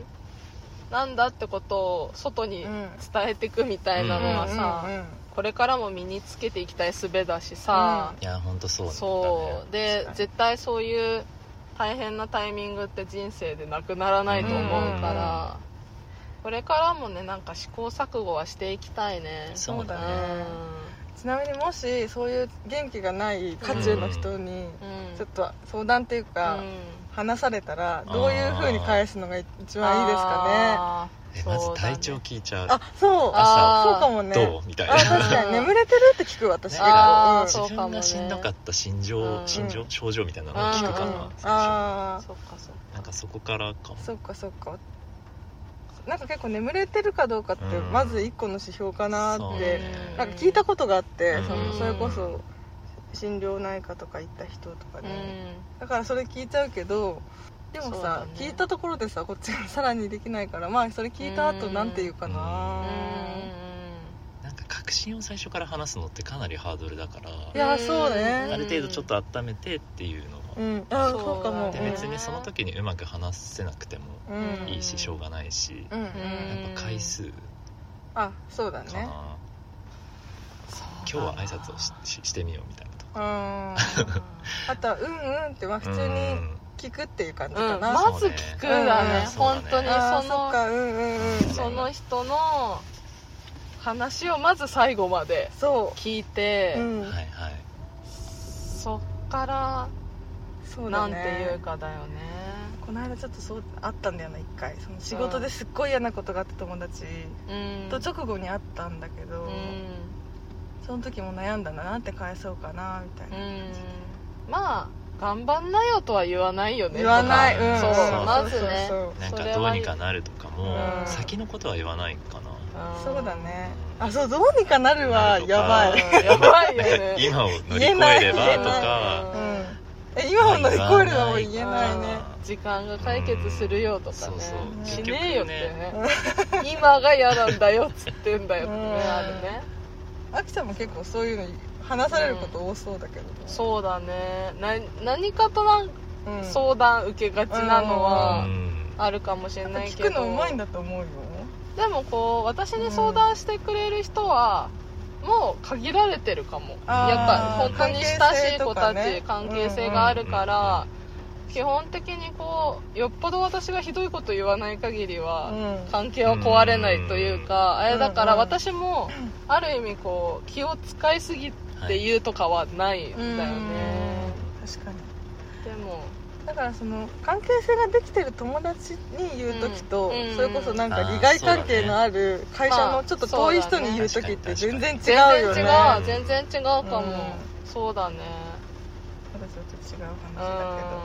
Speaker 1: なんだってことを外に
Speaker 2: うん
Speaker 1: 伝えていくみたいなのはさ、
Speaker 2: うんうんうん
Speaker 1: これからも身につけていきたい術だしさ、
Speaker 3: いや本当そうだね
Speaker 1: そうで
Speaker 2: 確かに
Speaker 1: 絶対そういう大変なタイミングって人生でなくならないと思うから、これからもねなんか試行錯誤はしていきたいね
Speaker 3: そうだ
Speaker 2: ね
Speaker 1: ん
Speaker 2: ちなみにもしそういう元気がない渦中の人に
Speaker 1: うん
Speaker 2: ちょっと相談っていうか、
Speaker 1: うん
Speaker 2: 話されたら
Speaker 3: ー
Speaker 2: どういうふうに返すのが一番いいですかね
Speaker 1: あー
Speaker 3: えまず
Speaker 1: そうだね
Speaker 3: 体調聞いちゃう
Speaker 2: あそう
Speaker 1: あ
Speaker 2: そう
Speaker 1: ー
Speaker 2: かもね
Speaker 3: どうみたい
Speaker 2: あ確
Speaker 3: な
Speaker 2: かに眠れてるって聞く私結構
Speaker 1: あー
Speaker 2: うん
Speaker 1: そう
Speaker 3: 自分がしんどかった心情、
Speaker 1: うん
Speaker 3: 心情症状みたいなのを聞くか
Speaker 2: うん
Speaker 3: な、最初
Speaker 2: あー
Speaker 1: そっかそっか
Speaker 3: なんかそこからかも
Speaker 2: そっかそっかなんか結構眠れてるかどうかって
Speaker 3: うん
Speaker 2: まず一個の指標かな
Speaker 3: そう
Speaker 2: って
Speaker 3: ね
Speaker 2: なんか聞いたことがあって、
Speaker 3: うん
Speaker 2: そのそれこ
Speaker 3: う
Speaker 2: そ
Speaker 3: ん
Speaker 2: 心療内科とか行った人とか
Speaker 1: う
Speaker 2: ね、
Speaker 1: ん
Speaker 2: だからそれ聞いちゃうけどでも
Speaker 1: そう
Speaker 2: さ
Speaker 1: だ、ね
Speaker 2: 聞いたところでさこっちが さらにできないからまあそれ聞いた後
Speaker 1: うん
Speaker 2: なんて言うかな
Speaker 1: うん
Speaker 3: なんか確信を最初から話すのってかなりハードルだから、
Speaker 2: いやそう
Speaker 1: う
Speaker 2: ね
Speaker 1: ん
Speaker 3: ある程度ちょっと温めてっていうの
Speaker 2: う
Speaker 3: は、
Speaker 2: んあ
Speaker 1: そう
Speaker 2: そうかも
Speaker 1: だ
Speaker 3: で
Speaker 1: ね
Speaker 3: 別にその時にうまく話せなくても
Speaker 2: うんうん
Speaker 3: いいししょうがないし、
Speaker 2: うんうん
Speaker 1: ん
Speaker 3: やっぱ回数か
Speaker 2: あそうだ
Speaker 3: な、
Speaker 2: ね
Speaker 3: 今日は挨拶をしししてみようみたいな
Speaker 2: う
Speaker 3: と
Speaker 2: んあ とは「うんうん」ってまあ普通
Speaker 3: う
Speaker 2: に
Speaker 3: ん
Speaker 2: 聞くっていう感じ
Speaker 1: う
Speaker 2: か
Speaker 1: ん、
Speaker 2: な、
Speaker 1: まず聞くだね、
Speaker 2: うん
Speaker 1: 本当に
Speaker 3: そう
Speaker 2: あー
Speaker 1: そ
Speaker 2: そっ
Speaker 1: の
Speaker 2: かうんうんうん
Speaker 1: その人の話をまず最後まで
Speaker 2: そ
Speaker 1: 聞いて、
Speaker 2: う、うん
Speaker 3: はいはい
Speaker 1: そっから
Speaker 2: そうだ
Speaker 1: な
Speaker 2: ね
Speaker 1: んていうかだよね
Speaker 2: この間ちょっとそうあったんだよな一回その仕事ですっごい嫌なことがあった友達
Speaker 1: うん
Speaker 2: と直後にあったんだけど、
Speaker 1: うん
Speaker 2: その時も悩んだななんて返そうかなみたいな、
Speaker 1: うんまあ頑張んなよとは言わないよね
Speaker 2: 言わない、
Speaker 3: うん
Speaker 2: ん、
Speaker 1: そう
Speaker 3: そう
Speaker 1: まずね
Speaker 2: そう
Speaker 3: なん
Speaker 1: そ
Speaker 3: か
Speaker 1: れは
Speaker 3: どうにかなるとかも
Speaker 2: うん
Speaker 3: 先のことは言わないかな、
Speaker 2: そうそうだ
Speaker 1: ね
Speaker 2: ねあそうどうにかなるは
Speaker 3: なるとか
Speaker 2: やばい、
Speaker 1: やばいよ
Speaker 3: なん
Speaker 1: ね
Speaker 3: か 今を乗り
Speaker 2: 言
Speaker 3: 越
Speaker 2: えない
Speaker 3: えればと
Speaker 1: う
Speaker 3: か
Speaker 1: ん
Speaker 2: うん、え今の乗り越えるのも言えないね
Speaker 1: 時間が解決するよとかね
Speaker 3: うんそう
Speaker 2: そう
Speaker 1: しねえよってね
Speaker 2: 結
Speaker 1: 今が嫌なんだよっつってんだよってね
Speaker 2: うん
Speaker 1: あるね
Speaker 2: あきちゃんも結構そういうの話されること多そうだけど、
Speaker 1: そうだねな何かとなん
Speaker 2: うん、
Speaker 1: 相談受けがちなの
Speaker 3: う
Speaker 1: は
Speaker 3: ん
Speaker 1: あるかもしれない
Speaker 2: 聞
Speaker 1: けど
Speaker 2: くのうまいんだと思うよ
Speaker 1: でもこう私に相談してくれる人はもう限られてるかも
Speaker 2: あー
Speaker 1: やっぱ本当に親しい子たち関
Speaker 2: 関
Speaker 1: 係
Speaker 2: 係
Speaker 1: 性
Speaker 2: 性
Speaker 1: が
Speaker 2: が
Speaker 1: あ
Speaker 2: あ
Speaker 1: る
Speaker 3: る
Speaker 1: か
Speaker 3: からら
Speaker 1: 基本的にこうよっぽど私がひどいこと言わない限りは、
Speaker 2: うん
Speaker 1: 関係は壊れないというか、あれだか
Speaker 2: う
Speaker 1: ら
Speaker 2: んうん
Speaker 1: 私もある意味こう気を使いすぎっていうとかはないんだよね、
Speaker 2: 確かに
Speaker 1: でも
Speaker 2: だからその関係性ができてる友達に言う時と、
Speaker 1: うん
Speaker 2: それこそなんか利害関係のある会社のちょっと遠い人に言う時って全然違
Speaker 1: 全
Speaker 2: うよ
Speaker 1: 然違
Speaker 2: ね
Speaker 1: う
Speaker 2: なんか
Speaker 1: 全然違うかも、
Speaker 2: う
Speaker 1: そうだね
Speaker 2: ちょっと違う
Speaker 1: うん
Speaker 2: 話だ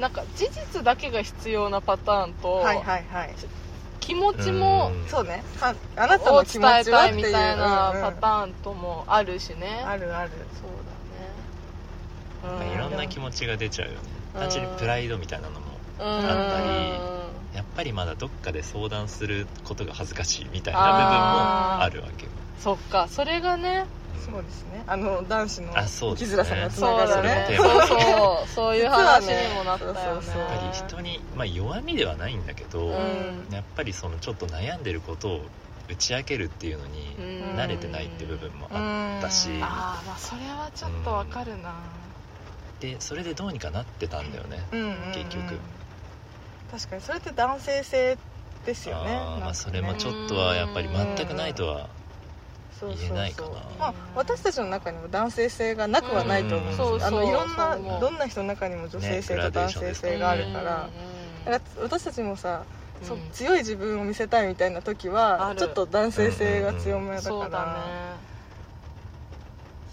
Speaker 1: なんか事実だけが必要なパターンと、
Speaker 2: けどはいはいはい
Speaker 1: 気持ちも
Speaker 3: うん
Speaker 2: そうねかあなた
Speaker 1: を
Speaker 2: の
Speaker 1: 伝
Speaker 2: 気持
Speaker 1: え
Speaker 2: ちは
Speaker 1: た
Speaker 2: っ
Speaker 1: い
Speaker 2: て
Speaker 1: み
Speaker 2: いう
Speaker 1: たいなパタ
Speaker 2: ーン
Speaker 1: ーンともあるしね、
Speaker 2: あるある
Speaker 1: そう
Speaker 3: な
Speaker 1: だ
Speaker 3: ん
Speaker 1: ね
Speaker 3: かいろんな気持ちが出ちゃうよね単純にプライドみたいなのもあやっぱりまだどっかで相談することが恥ずかしいみたいな部分もあるわけよ
Speaker 1: そっかそれがね
Speaker 2: そうですねあの男子の
Speaker 3: あそう
Speaker 2: 生
Speaker 3: です
Speaker 2: き
Speaker 3: ね
Speaker 2: づらさのつな
Speaker 1: そ
Speaker 2: が
Speaker 1: う
Speaker 2: り
Speaker 1: だ
Speaker 2: だ
Speaker 1: ね
Speaker 2: ね
Speaker 1: そ
Speaker 3: そうう
Speaker 1: そうそういう話
Speaker 2: 実はね
Speaker 1: にもなったよね
Speaker 2: そうそうそう
Speaker 3: やっぱり人に、まあ、弱みではないんだけど、やっぱりそのちょっと悩んでることを打ち明けるっていうのに
Speaker 1: うん
Speaker 3: 慣れてないって部分もあったし、
Speaker 2: うん
Speaker 1: ああまあそれはちょっとわかるな
Speaker 3: でそれでどうにかなってたんだよね、
Speaker 2: うんうんうん
Speaker 3: 結局
Speaker 2: 確かにそれって男性性ですよね
Speaker 3: あーまあそれ
Speaker 2: な
Speaker 3: も
Speaker 2: んかね
Speaker 3: ちょっとはやっぱり全くないとは
Speaker 2: そう
Speaker 3: 言えないかな
Speaker 2: そうそうまあ私たちの中にも男性性がなくはないと思う,、
Speaker 3: うん
Speaker 1: そうそう
Speaker 2: あのいろん
Speaker 1: そう
Speaker 2: な
Speaker 1: 思う
Speaker 2: どんな人の中にも女性性と
Speaker 3: ねグ
Speaker 2: 男
Speaker 3: ラデーション
Speaker 2: 性
Speaker 3: ですか
Speaker 2: 性があるから,、だから私たちもさ、そ強い自分を見せたいみたいな時
Speaker 1: あ
Speaker 2: は
Speaker 1: る
Speaker 2: ちょっと男性性が強めだから、
Speaker 1: そうだね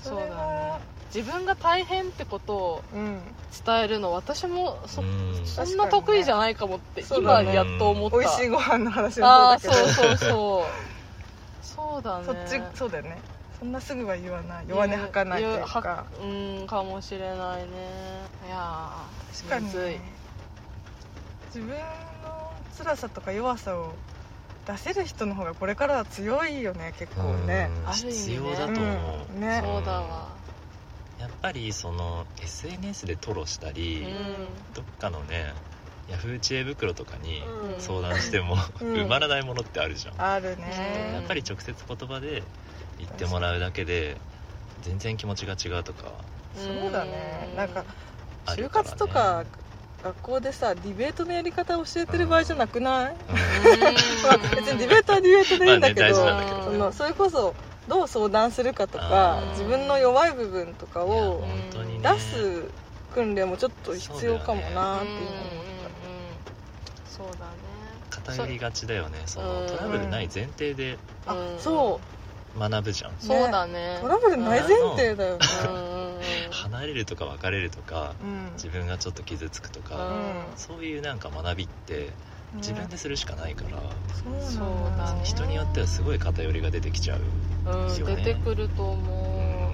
Speaker 1: そ
Speaker 2: そうれ
Speaker 1: だね
Speaker 2: は
Speaker 1: 自分が大変ってことを
Speaker 2: うん
Speaker 1: 伝えるの私もそ
Speaker 3: うん
Speaker 1: そんな得意じゃないかもって
Speaker 2: 確
Speaker 1: 今
Speaker 2: かにね
Speaker 1: やっと思った
Speaker 2: 美味しいご飯の話も
Speaker 1: ああ
Speaker 2: そうだけ
Speaker 1: そ
Speaker 2: ど
Speaker 1: うそうそうそうだね
Speaker 2: そっちそうだよねそんなすぐは言わない弱音吐かないという
Speaker 1: やは
Speaker 2: か
Speaker 1: うんかもしれないねいや
Speaker 2: 確
Speaker 1: ー
Speaker 2: かに
Speaker 1: むずい
Speaker 2: ね自分の辛さとか弱さを出せる人の方がこれからは強いよね結構ね
Speaker 3: うん
Speaker 1: ある意味ね
Speaker 3: 必要だと思う、
Speaker 2: うんね
Speaker 1: そうだわ
Speaker 3: やっぱりその SNS で吐露した
Speaker 1: う
Speaker 3: り、
Speaker 1: ん
Speaker 3: どっかのねヤフー知恵袋とかに
Speaker 2: うん
Speaker 3: 相談しても、
Speaker 2: うん
Speaker 3: 埋まらないものってあるじゃん、
Speaker 2: ある
Speaker 1: うん
Speaker 2: ね
Speaker 3: やっぱり直接言葉で言ってもらうだけで全然気持ちが違うとか
Speaker 2: そうだね
Speaker 1: うん
Speaker 2: なん か
Speaker 3: あ
Speaker 2: 就
Speaker 3: るから、ね、
Speaker 2: 活とか学校でさディベートのやり方教えてる場合じゃなくない、
Speaker 3: うん
Speaker 2: まあ別にディベートはディベートでいいんだけ
Speaker 3: まあね大
Speaker 2: ど,、
Speaker 3: 事なんだけど
Speaker 2: そのそれこそどう相談するかとか
Speaker 1: うん
Speaker 2: 自分の弱い部分とかを
Speaker 3: いや本当にね
Speaker 2: 出す訓練もちょっと必要かもなーっていうのも
Speaker 1: そうだね
Speaker 3: 偏りがちだよねその
Speaker 1: うん
Speaker 3: トラブルない前提で
Speaker 2: あ
Speaker 1: うん
Speaker 2: そ
Speaker 3: 学ぶじゃん
Speaker 2: う
Speaker 1: そうだね
Speaker 2: トラブルない前提だよね
Speaker 1: うんうんうん
Speaker 3: 離れるとか別れるとか
Speaker 2: うん
Speaker 3: 自分がちょっと傷つくと
Speaker 1: う
Speaker 3: か、
Speaker 1: ん
Speaker 3: そういうなんか学びって自分でするしかないから、
Speaker 2: そ
Speaker 1: そううだ
Speaker 2: だ
Speaker 1: ね
Speaker 3: 人によってはすごい偏りが出てきちゃう、
Speaker 1: うん出てくると思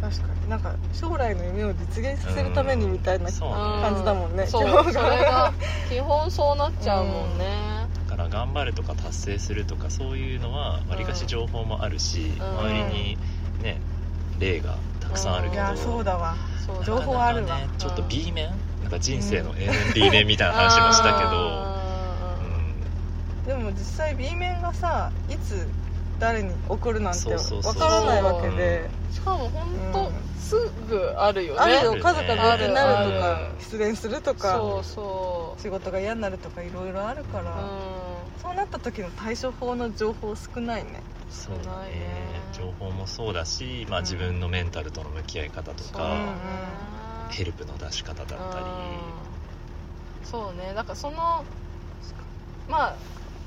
Speaker 2: 確かになんか将来の夢を実現させるためにみたいな
Speaker 3: うんそう
Speaker 1: う、
Speaker 3: ね
Speaker 1: うん
Speaker 2: 感じだもんね
Speaker 1: そう
Speaker 2: 今
Speaker 1: そ
Speaker 2: 日
Speaker 1: れ
Speaker 2: が
Speaker 1: が基本そうなっちゃうもんね
Speaker 3: だから頑張るとか達成するとかそういうのはわりかし情報もあるし、
Speaker 1: ん
Speaker 3: 周りにね例がたくさんある
Speaker 1: うん
Speaker 3: け
Speaker 2: い
Speaker 3: ど、
Speaker 2: やそうだわ
Speaker 1: そうだね
Speaker 3: なかなかね
Speaker 2: 情報あるわ
Speaker 3: ちょっと B 面なんか人生の A 面 B 面みたいな話もしたけど、う
Speaker 2: でも実際 B 面がさいつ誰に送るなんて
Speaker 3: そうそうそ
Speaker 2: わ
Speaker 3: う
Speaker 2: からないわけで
Speaker 1: しかも本
Speaker 2: う
Speaker 1: 当
Speaker 2: ん
Speaker 1: すぐあるよね
Speaker 2: ある
Speaker 3: よ
Speaker 2: よ家族が病気になると
Speaker 1: ある
Speaker 2: か
Speaker 1: ある
Speaker 2: 失恋するとか
Speaker 1: そうそう
Speaker 2: 仕事が嫌になるとかいろいろあるか
Speaker 1: う
Speaker 2: ら、
Speaker 1: ん
Speaker 2: そうなった時の対処法の情報少ないね
Speaker 3: んそうだ
Speaker 1: ない
Speaker 3: ね
Speaker 1: ね
Speaker 3: 情報もそうだし、まあ、
Speaker 2: うん
Speaker 3: 自分のメンタルとの向き合い方と
Speaker 1: そ
Speaker 2: う
Speaker 1: うだ
Speaker 3: か
Speaker 2: ん、
Speaker 1: ね
Speaker 3: ヘルプの出し方だったり、
Speaker 1: うんそうねだからそのまあ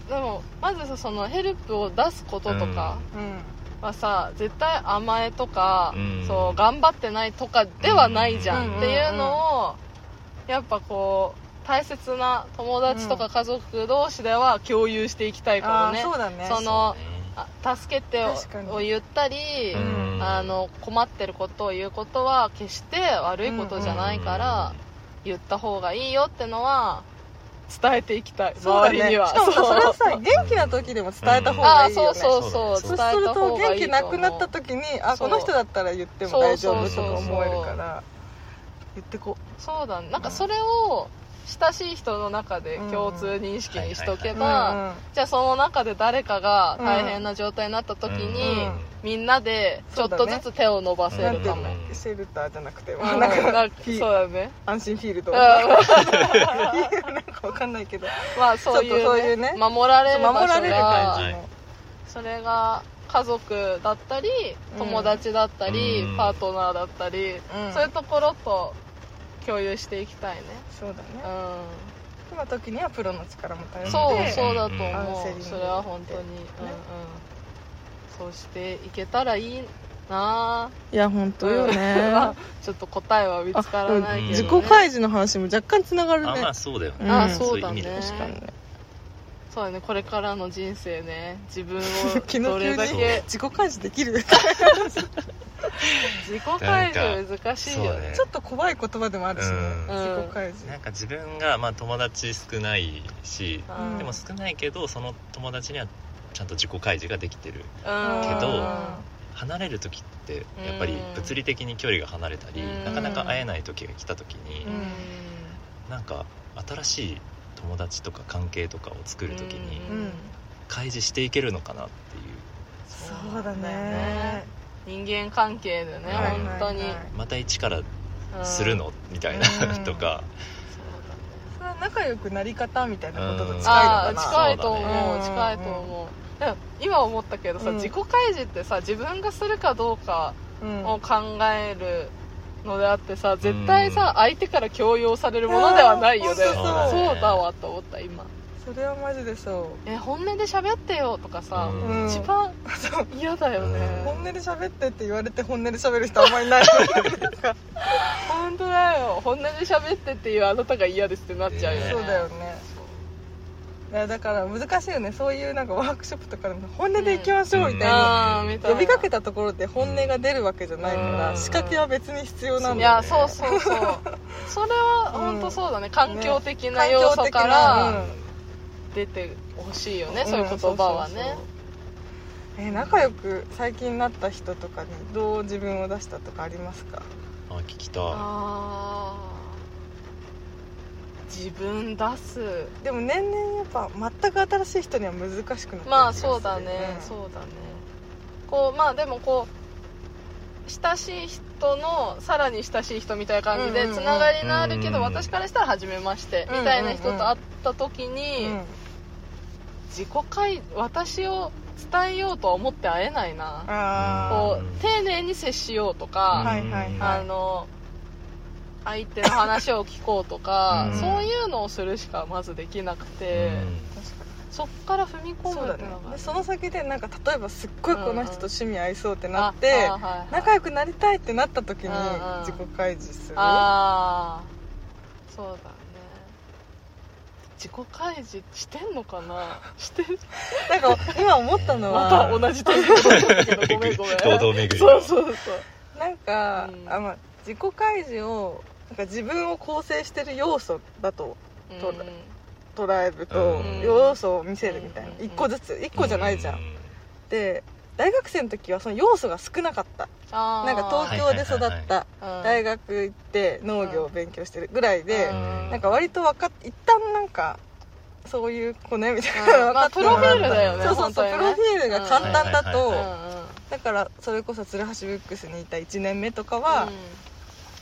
Speaker 1: でもまずさそのヘルプを出すこととか
Speaker 2: うん
Speaker 1: はさ、絶対甘えとか、
Speaker 3: うん
Speaker 1: そう頑張ってないとかではないじゃ
Speaker 2: うんん
Speaker 1: っていうのをやっぱこう大切な友達とか家族同士では共有していきたい
Speaker 2: あ
Speaker 1: かも
Speaker 2: あ
Speaker 1: ね
Speaker 2: そうだね
Speaker 1: その
Speaker 3: そうね
Speaker 1: あ助けてを
Speaker 2: 確かに
Speaker 1: を言ったり、
Speaker 3: うん
Speaker 1: あの困ってることを言うことは決して悪いことじゃないから、言った方がいいよってのは伝えていきたい、
Speaker 2: そうだ
Speaker 1: 周り
Speaker 2: ねし
Speaker 1: には
Speaker 2: かも さそれはさ
Speaker 1: う
Speaker 2: 元気な時でも伝えた方
Speaker 1: あ
Speaker 2: が
Speaker 1: あ
Speaker 2: いいよ
Speaker 1: そ
Speaker 2: ね
Speaker 1: うそうそう
Speaker 3: そ
Speaker 2: そう
Speaker 1: 伝え
Speaker 2: する
Speaker 1: た
Speaker 2: と
Speaker 1: 方が
Speaker 2: 元
Speaker 1: いい
Speaker 2: 気
Speaker 1: と
Speaker 2: な
Speaker 1: 思う
Speaker 2: くなった時にあ
Speaker 1: そう
Speaker 2: この人だったら言っても大丈夫と
Speaker 3: そうそう
Speaker 2: か
Speaker 3: そう
Speaker 2: 思えるから言ってこ
Speaker 1: そうだねなんかそれを親しい人の中で共通認識にしとけ
Speaker 2: う、
Speaker 1: ばじゃあその中で誰かが大変な状態になった時に、
Speaker 2: うん
Speaker 1: みんなでちょっとずつ手を伸ばせ
Speaker 2: うんうん、なん
Speaker 1: る
Speaker 2: てい
Speaker 1: か
Speaker 2: う
Speaker 1: も、
Speaker 2: の
Speaker 3: うん
Speaker 2: シェルターじゃなくて、
Speaker 1: うん
Speaker 2: なん
Speaker 1: な
Speaker 2: か
Speaker 1: んかそうだね
Speaker 2: 安心フィール ドなんかわかんないけど
Speaker 1: まあそう
Speaker 2: ちょっとそうい
Speaker 1: いうう
Speaker 2: ね
Speaker 1: ね守られる場所が
Speaker 2: 守られる感
Speaker 3: は
Speaker 2: じ
Speaker 3: い
Speaker 2: の
Speaker 1: それが家族だったり
Speaker 2: うん
Speaker 1: 友達だったり、
Speaker 3: うん
Speaker 1: パートナーだったり、
Speaker 2: うん
Speaker 1: そういうところと共有していきたいね
Speaker 2: そうだね
Speaker 1: う
Speaker 2: その時にはプロの力も頼
Speaker 1: ん、
Speaker 2: んで
Speaker 1: そうそうだと思
Speaker 2: カウンセリン
Speaker 1: う
Speaker 2: グ
Speaker 1: それは本当に、うんうん、そうしていけたらいいなあ
Speaker 2: いや本当よね
Speaker 1: ちょっと答えは見つからないけど、ね、
Speaker 2: 自己開示の話も若干つながるね
Speaker 3: あまあそうだよね、
Speaker 2: うん
Speaker 1: あそうだね
Speaker 3: そういう意味
Speaker 2: 確かにね
Speaker 1: そうだねこれからの人生ね自分を
Speaker 2: 昨日
Speaker 1: どれだ
Speaker 2: 急に
Speaker 1: け
Speaker 2: 自己開示できる
Speaker 1: 自己開示難しいよね
Speaker 3: そうね
Speaker 2: ちょっと怖い言葉でもあるしね
Speaker 3: うん
Speaker 2: 自己開示
Speaker 3: なんか自分がまあ友達少ないし、
Speaker 1: う
Speaker 2: うん
Speaker 1: ん
Speaker 3: でも少ないけどその友達にはちゃんと自己開示ができてる
Speaker 1: うん
Speaker 3: けど離れる時ってやっぱり物理的に距離が離れたり、
Speaker 1: うん
Speaker 3: なかなか会えない時が来た時に、
Speaker 1: うん
Speaker 3: なんか新しい友達とか関係とかを作る時に
Speaker 1: うん
Speaker 3: 開示していけるのかなっていう
Speaker 2: そうだね
Speaker 1: 人間関係でね、
Speaker 3: はい
Speaker 1: 本当に、
Speaker 2: はいはい
Speaker 3: また一から
Speaker 1: うん
Speaker 3: するの、みたいな
Speaker 2: うん
Speaker 3: とか、
Speaker 2: それは仲良くなり方みたいなことと近いの
Speaker 1: あ
Speaker 2: か
Speaker 1: あ
Speaker 2: な
Speaker 1: 近いと思う
Speaker 3: そう
Speaker 2: だね
Speaker 1: 近いと思うでも今思ったけどさ、
Speaker 2: うん
Speaker 1: 自己開示ってさ自分がするかどうか
Speaker 2: うん
Speaker 1: を考えるのであってさ絶対さ、
Speaker 3: うん
Speaker 1: 相手から強要されるものではないよね
Speaker 2: あー
Speaker 1: そう
Speaker 2: 本
Speaker 3: 当そう
Speaker 1: だわと思った今
Speaker 2: それはマジでそう
Speaker 1: え本音で喋ってよとかさ、
Speaker 3: うん
Speaker 2: うん
Speaker 1: 一番嫌だよね、
Speaker 3: うん
Speaker 2: 本音で喋ってって言われて本音で喋る人あんまりいない
Speaker 1: 本当だよ本音で喋ってっていうあなたが嫌ですってなっちゃうよね、
Speaker 3: ね
Speaker 2: そうだよねいやだから難しいよねそういうなんかワークショップとかでも本音で行きましょうみたいな、
Speaker 1: あーみたいな
Speaker 2: 呼びかけたところで本音が出るわけじゃないから、
Speaker 1: うん
Speaker 2: 仕掛けは別に必要なん
Speaker 1: い
Speaker 2: だよ
Speaker 1: や
Speaker 3: ね
Speaker 1: そうそうそう それは本当そうだね、環境的な要素か
Speaker 2: 環境的な
Speaker 1: ら
Speaker 2: うん
Speaker 1: 出てほしいよね、
Speaker 2: うん
Speaker 1: そういう言葉はね
Speaker 2: そうそうそうえ仲良く最近なった人とかにどう自分を出したとかありますか
Speaker 3: あ聞きた
Speaker 1: あー自分出す
Speaker 2: でも年々やっぱ全く新しい人には難しくなってる
Speaker 1: まあそうだね、
Speaker 2: うん
Speaker 1: そうだねこうまあでもこう親しい人のさらに親しい人みたいな感じ
Speaker 2: う
Speaker 1: で
Speaker 2: んうん
Speaker 1: つ
Speaker 2: うん
Speaker 1: ながりのあるけど、
Speaker 3: うん
Speaker 1: 私からしたら初めまして
Speaker 2: うんうんうん
Speaker 1: みたいな人と会った時
Speaker 2: う
Speaker 1: に、
Speaker 2: ん
Speaker 1: 自己開私を伝えようとは思って会えないな
Speaker 2: あ
Speaker 1: こ
Speaker 3: うん
Speaker 1: う丁寧に接しようと
Speaker 2: あ
Speaker 1: か、
Speaker 2: はいはいは
Speaker 1: あ
Speaker 2: い
Speaker 1: の相手の話を聞こうとか、
Speaker 3: うん
Speaker 1: そういうのをするしかまずできなくて、そっから踏み込む
Speaker 2: そうだ
Speaker 1: って
Speaker 2: ね
Speaker 1: いうのが
Speaker 2: でその先でなんか例えばすっごいこの人と趣味合いそうってなっ
Speaker 1: あ
Speaker 2: て
Speaker 1: あはいはい
Speaker 2: 仲良くなりたいってなった時に
Speaker 1: うんうん
Speaker 2: 自己開示する
Speaker 1: ああそうだね自己開示してんのかなして
Speaker 2: なんか今思ったの
Speaker 1: ま
Speaker 2: は
Speaker 1: た同じテンポだったけどごめんごめん
Speaker 3: 堂々巡り
Speaker 1: そうそうそう
Speaker 2: なんか、
Speaker 1: うん
Speaker 2: あまあ自己開示をなんか自分を構成してる要素だとそうだ捉えると、
Speaker 3: うん
Speaker 2: 要素を見せるみたいな、
Speaker 1: うん
Speaker 2: 一個ずつ一個じゃないじゃん、
Speaker 3: うん
Speaker 2: で大学生の時はその要素が少なかった
Speaker 1: あ
Speaker 2: なんか東京で育った、
Speaker 3: はいはいは
Speaker 2: 大学行って農業を勉強してるぐらいで、
Speaker 3: うん
Speaker 2: なんか割と分かっ一旦なんかそういう子ねみたいなのが分
Speaker 1: ま
Speaker 2: か
Speaker 1: あ
Speaker 2: った
Speaker 1: プロフィールだよね
Speaker 2: そうそうそう、プ
Speaker 1: 本当に
Speaker 2: ロ
Speaker 1: ね
Speaker 2: フィールが簡単だと、
Speaker 3: うんはいはい
Speaker 2: だからそれこそ鶴橋ブックスにいた1年目とかは、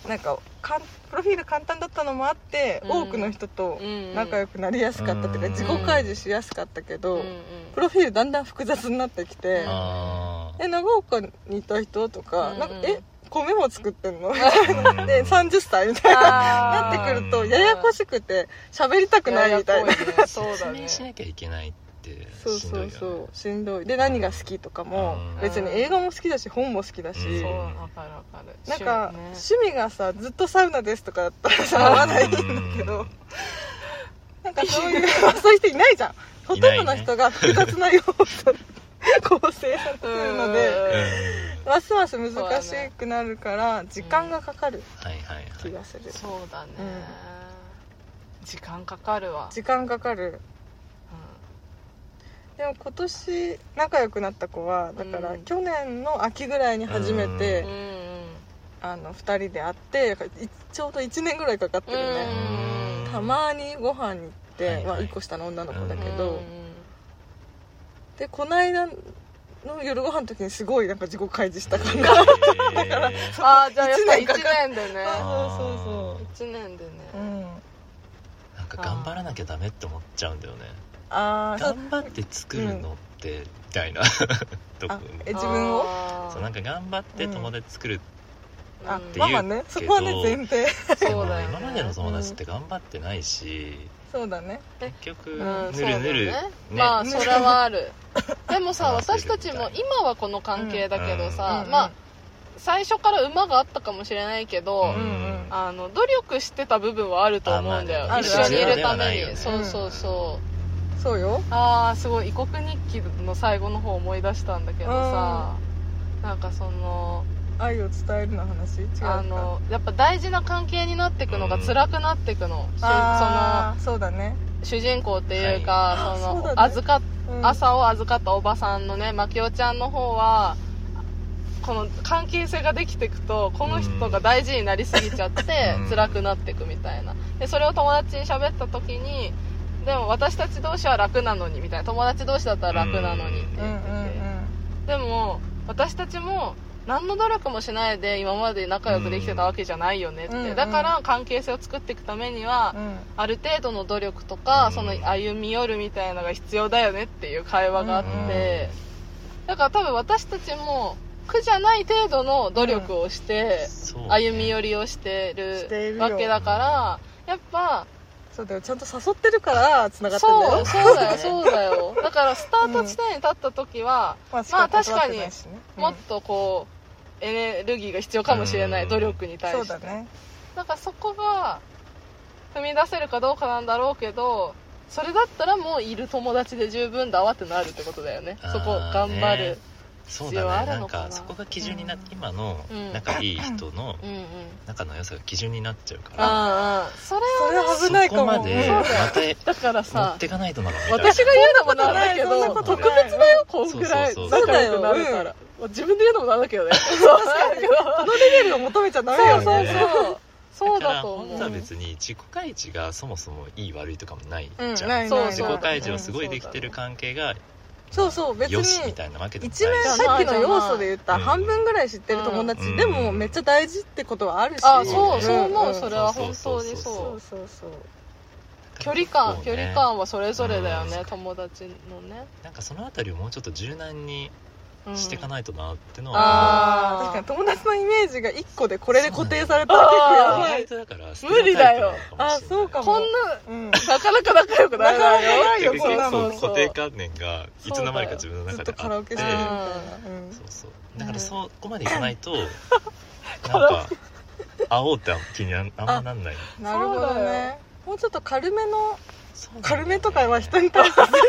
Speaker 2: なんかかんプロフィール簡単だったのもあって、
Speaker 1: うん
Speaker 2: 多くの人と仲良
Speaker 1: く
Speaker 2: くなりやすかったっていうか、
Speaker 3: うん
Speaker 2: 自己開示しやすかったけど、
Speaker 1: うんうん
Speaker 2: プロフィールだんだん複雑になってきて
Speaker 3: あ
Speaker 2: 「え長岡にいた人?」とか「
Speaker 1: うん
Speaker 2: なんかえ米も作ってんの?」
Speaker 3: ー
Speaker 2: で30歳みたいな
Speaker 1: あ
Speaker 2: な
Speaker 1: ー
Speaker 2: ってくるとややこしくて喋りたくないみたいな
Speaker 1: ややこねそう
Speaker 3: 説
Speaker 1: だ
Speaker 3: 明
Speaker 1: ね
Speaker 3: しなきゃいけないって
Speaker 2: そう
Speaker 3: しんどい
Speaker 2: そ
Speaker 3: よ
Speaker 2: う
Speaker 3: ね
Speaker 2: そうしんどいで何が好きとかも
Speaker 3: うん
Speaker 2: 別に映画も好きだし本も好きだし、
Speaker 1: そう
Speaker 3: うん
Speaker 1: わかるわかる
Speaker 2: なんか
Speaker 1: ね
Speaker 2: 趣味がさずっとサウナですとかだったらさ合わないんだけ
Speaker 3: う
Speaker 2: ど
Speaker 3: ん
Speaker 2: なんかそう いうそういう人いないじゃんほとんどの人が複雑な要素で 構成されてるの
Speaker 1: うん
Speaker 2: で
Speaker 3: うん
Speaker 2: ますます難しくなるから時間がかかる
Speaker 3: はいはいは
Speaker 2: 気
Speaker 3: い
Speaker 2: がする
Speaker 1: そうだね、
Speaker 2: うん
Speaker 1: 時間かかるわ、
Speaker 2: 時間かかるでも今年仲良くなった子はだから
Speaker 1: うん
Speaker 2: 去年の秋ぐらいに初め
Speaker 1: う
Speaker 2: て
Speaker 1: ん、うんうん
Speaker 2: あの2人で会っていちょうど1年ぐらいかかってる
Speaker 1: う
Speaker 2: ね、
Speaker 1: ん
Speaker 2: たまにご飯に行って、
Speaker 3: はいはい
Speaker 2: まあ、1個下の女の子だけど、
Speaker 1: うん
Speaker 2: でこの間の夜ご飯の時にすごいなんか自己開示した感が、
Speaker 3: だから
Speaker 1: ああじゃあやっぱ
Speaker 2: 一年かかる
Speaker 1: 1年でね
Speaker 2: そうそうそう
Speaker 1: 1年でね、
Speaker 2: うん、
Speaker 3: なんか頑張らなきゃダメって思っちゃうんだよね
Speaker 2: ああ
Speaker 3: 頑張って作るのってみたいなとこ
Speaker 2: あえ自分を
Speaker 1: あー
Speaker 3: そうなんか頑張って友達作る
Speaker 2: あ
Speaker 1: うん
Speaker 3: て
Speaker 2: マ
Speaker 3: いう
Speaker 2: マねそこはね前提
Speaker 3: って
Speaker 1: そうだよね
Speaker 3: 今までの友達って頑張ってないし
Speaker 2: そうだね
Speaker 1: え
Speaker 3: 結局
Speaker 1: うん
Speaker 3: ぬるぬる
Speaker 1: そうだよね
Speaker 3: ね
Speaker 1: まあそれはあるでもさ
Speaker 3: 話せる
Speaker 1: 私たちも今はこの関係だけどさ、
Speaker 2: うん
Speaker 1: まあ最初から馬があったかもしれないけど、
Speaker 3: うん
Speaker 2: うん
Speaker 1: あの努力してた部分はあると思うんだよ、
Speaker 3: あ
Speaker 2: まあね
Speaker 1: 一緒にいるために、
Speaker 3: あるあるゼロではないよね
Speaker 1: そうそうそう、
Speaker 2: そうよ
Speaker 1: ああすごい異国日記の最後の方思い出したんだけどさ、なんかその
Speaker 2: 愛を伝えるの話違うか
Speaker 1: あのやっぱ大事な関係になっていくのが辛くなっていくの、し
Speaker 2: あーそうだね、
Speaker 1: その主人公っていうか、
Speaker 2: はい
Speaker 1: その
Speaker 2: そうだね
Speaker 1: 預かっ
Speaker 2: うん
Speaker 1: 朝を預かったおばさんのねマキオちゃんの方はこの関係性ができていくとこの人が大事になりすぎちゃって
Speaker 3: うん
Speaker 1: 辛くなっていくみたいなでそれを友達に喋った時にでも私たち同士は楽なのにみたいな友達同士だったら楽なのにって
Speaker 2: うんうん
Speaker 1: 言
Speaker 2: う
Speaker 1: ってて、
Speaker 2: ん
Speaker 1: でも私たちも何の努力もしないで今まで仲良くできてたわけじゃないよねって、
Speaker 2: うん
Speaker 1: だから関係性を作っていくためには、
Speaker 2: うん
Speaker 1: ある程度の努力とか、
Speaker 3: うん
Speaker 1: その歩み寄るみたいなのが必要だよねっていう会話があって、だから多分私たちも苦じゃない程度の努力をして、歩み寄
Speaker 3: り
Speaker 1: りをして
Speaker 2: している
Speaker 1: る
Speaker 2: よ
Speaker 1: わけだからやっぱ
Speaker 2: そうだよちゃんと誘ってるから繋がってんだ
Speaker 1: そ
Speaker 2: よ
Speaker 1: うそうだよそうだよだからスタート地点に立った時は、
Speaker 2: まあ
Speaker 1: まあ確かに
Speaker 2: 仕方断ってないしねうん
Speaker 1: もっとこうエネルギーが必要かもしれない、
Speaker 3: うん
Speaker 1: 努力に対
Speaker 2: そ
Speaker 1: し
Speaker 2: う
Speaker 1: て
Speaker 2: だね
Speaker 1: なんかそこが踏み出せるかどうかなんだろうけどそれだったらもういる友達で十分だわってなるってことだよね
Speaker 3: あー
Speaker 1: そこ頑張る、
Speaker 3: そう
Speaker 1: 必要あ
Speaker 3: だね
Speaker 1: る
Speaker 3: な
Speaker 1: の
Speaker 3: ん
Speaker 1: かな
Speaker 3: かそこが基準になっ
Speaker 2: うん
Speaker 3: 今の
Speaker 1: うん
Speaker 3: 仲いい人の
Speaker 1: うんうん
Speaker 3: 仲の良さが基準になっちゃうから
Speaker 1: ああそれ
Speaker 2: そ
Speaker 1: は
Speaker 2: れは危ない
Speaker 3: そ
Speaker 2: かも
Speaker 3: こまで
Speaker 2: そう
Speaker 3: ま
Speaker 2: だよ
Speaker 3: た持
Speaker 1: だから
Speaker 3: っ
Speaker 1: さ
Speaker 3: ていかないとなのみたいな
Speaker 1: 私が言うのもなんだけ
Speaker 2: そんな
Speaker 1: ど
Speaker 2: こと
Speaker 1: 特
Speaker 2: ない
Speaker 1: 別だよこんくらい
Speaker 3: そうそうそ
Speaker 2: そ
Speaker 3: う
Speaker 2: う
Speaker 1: 仲良くなるから、自分で言うのもなんだけどねそうだけど
Speaker 2: このレベルを求めちゃダメよね
Speaker 1: そうそうそうそう
Speaker 3: だから
Speaker 1: だと思
Speaker 3: 本
Speaker 1: う
Speaker 3: 当は別に自己開示がそもそもいい悪いとかもない
Speaker 2: うん
Speaker 3: じゃん、
Speaker 2: ない
Speaker 1: そう
Speaker 2: ない
Speaker 3: 自
Speaker 2: ない
Speaker 3: 己開示をすごいできてる関係が
Speaker 2: そうそう別
Speaker 3: よし
Speaker 2: に
Speaker 3: みたいなわけでも
Speaker 2: 一
Speaker 3: ない
Speaker 2: 面
Speaker 3: し
Speaker 2: さっきの要素で言った
Speaker 3: うん
Speaker 2: 半分ぐらい知ってる友
Speaker 3: う
Speaker 2: 達
Speaker 3: ん
Speaker 2: でもめっちゃ大事ってことはあるし
Speaker 1: あそうそう
Speaker 2: うん
Speaker 1: 思う、
Speaker 2: ん
Speaker 1: それは本当にそう
Speaker 3: そう
Speaker 2: そうそうそう
Speaker 1: 距離感、
Speaker 3: そう
Speaker 1: 距
Speaker 3: ね
Speaker 1: 離感はそれぞれだよね、
Speaker 3: うん
Speaker 1: 友達のね、
Speaker 3: なんかその辺りをもうちょっと柔軟に
Speaker 1: うん
Speaker 3: していかないとなってのは、
Speaker 1: あー
Speaker 2: 確かに友達のイメージが1個でこれで固定されたら
Speaker 1: そう
Speaker 2: 結
Speaker 1: な
Speaker 2: 構
Speaker 1: んだ
Speaker 2: や
Speaker 1: あー
Speaker 2: ば
Speaker 3: 意
Speaker 2: い
Speaker 3: 外とだからステ
Speaker 1: 無理
Speaker 3: レオ
Speaker 1: だ
Speaker 3: タイプ
Speaker 1: よ
Speaker 3: なのかも
Speaker 2: あ
Speaker 3: しれない
Speaker 2: そうかも
Speaker 1: こん
Speaker 2: うん
Speaker 1: ななかなか仲良くなれないよ
Speaker 2: なかなかよ
Speaker 3: 結
Speaker 2: そんな
Speaker 3: 構
Speaker 2: の
Speaker 3: そう固定観念がいつの間にか自分の
Speaker 2: ず
Speaker 3: 中
Speaker 2: っと
Speaker 3: であ
Speaker 2: カラ
Speaker 3: っ
Speaker 2: オ
Speaker 3: て
Speaker 2: ケしてるみたいな、うん
Speaker 3: そうそう
Speaker 2: うん
Speaker 3: だからそこまでいかないとなんか 会おうって気にあんあんまなんない
Speaker 2: なるほ
Speaker 1: そ
Speaker 2: ど
Speaker 1: うだよ
Speaker 2: ねもうちょっと軽めの
Speaker 3: そうなんだよ
Speaker 2: 軽
Speaker 3: ね
Speaker 2: めとかは人に対して
Speaker 1: そうだ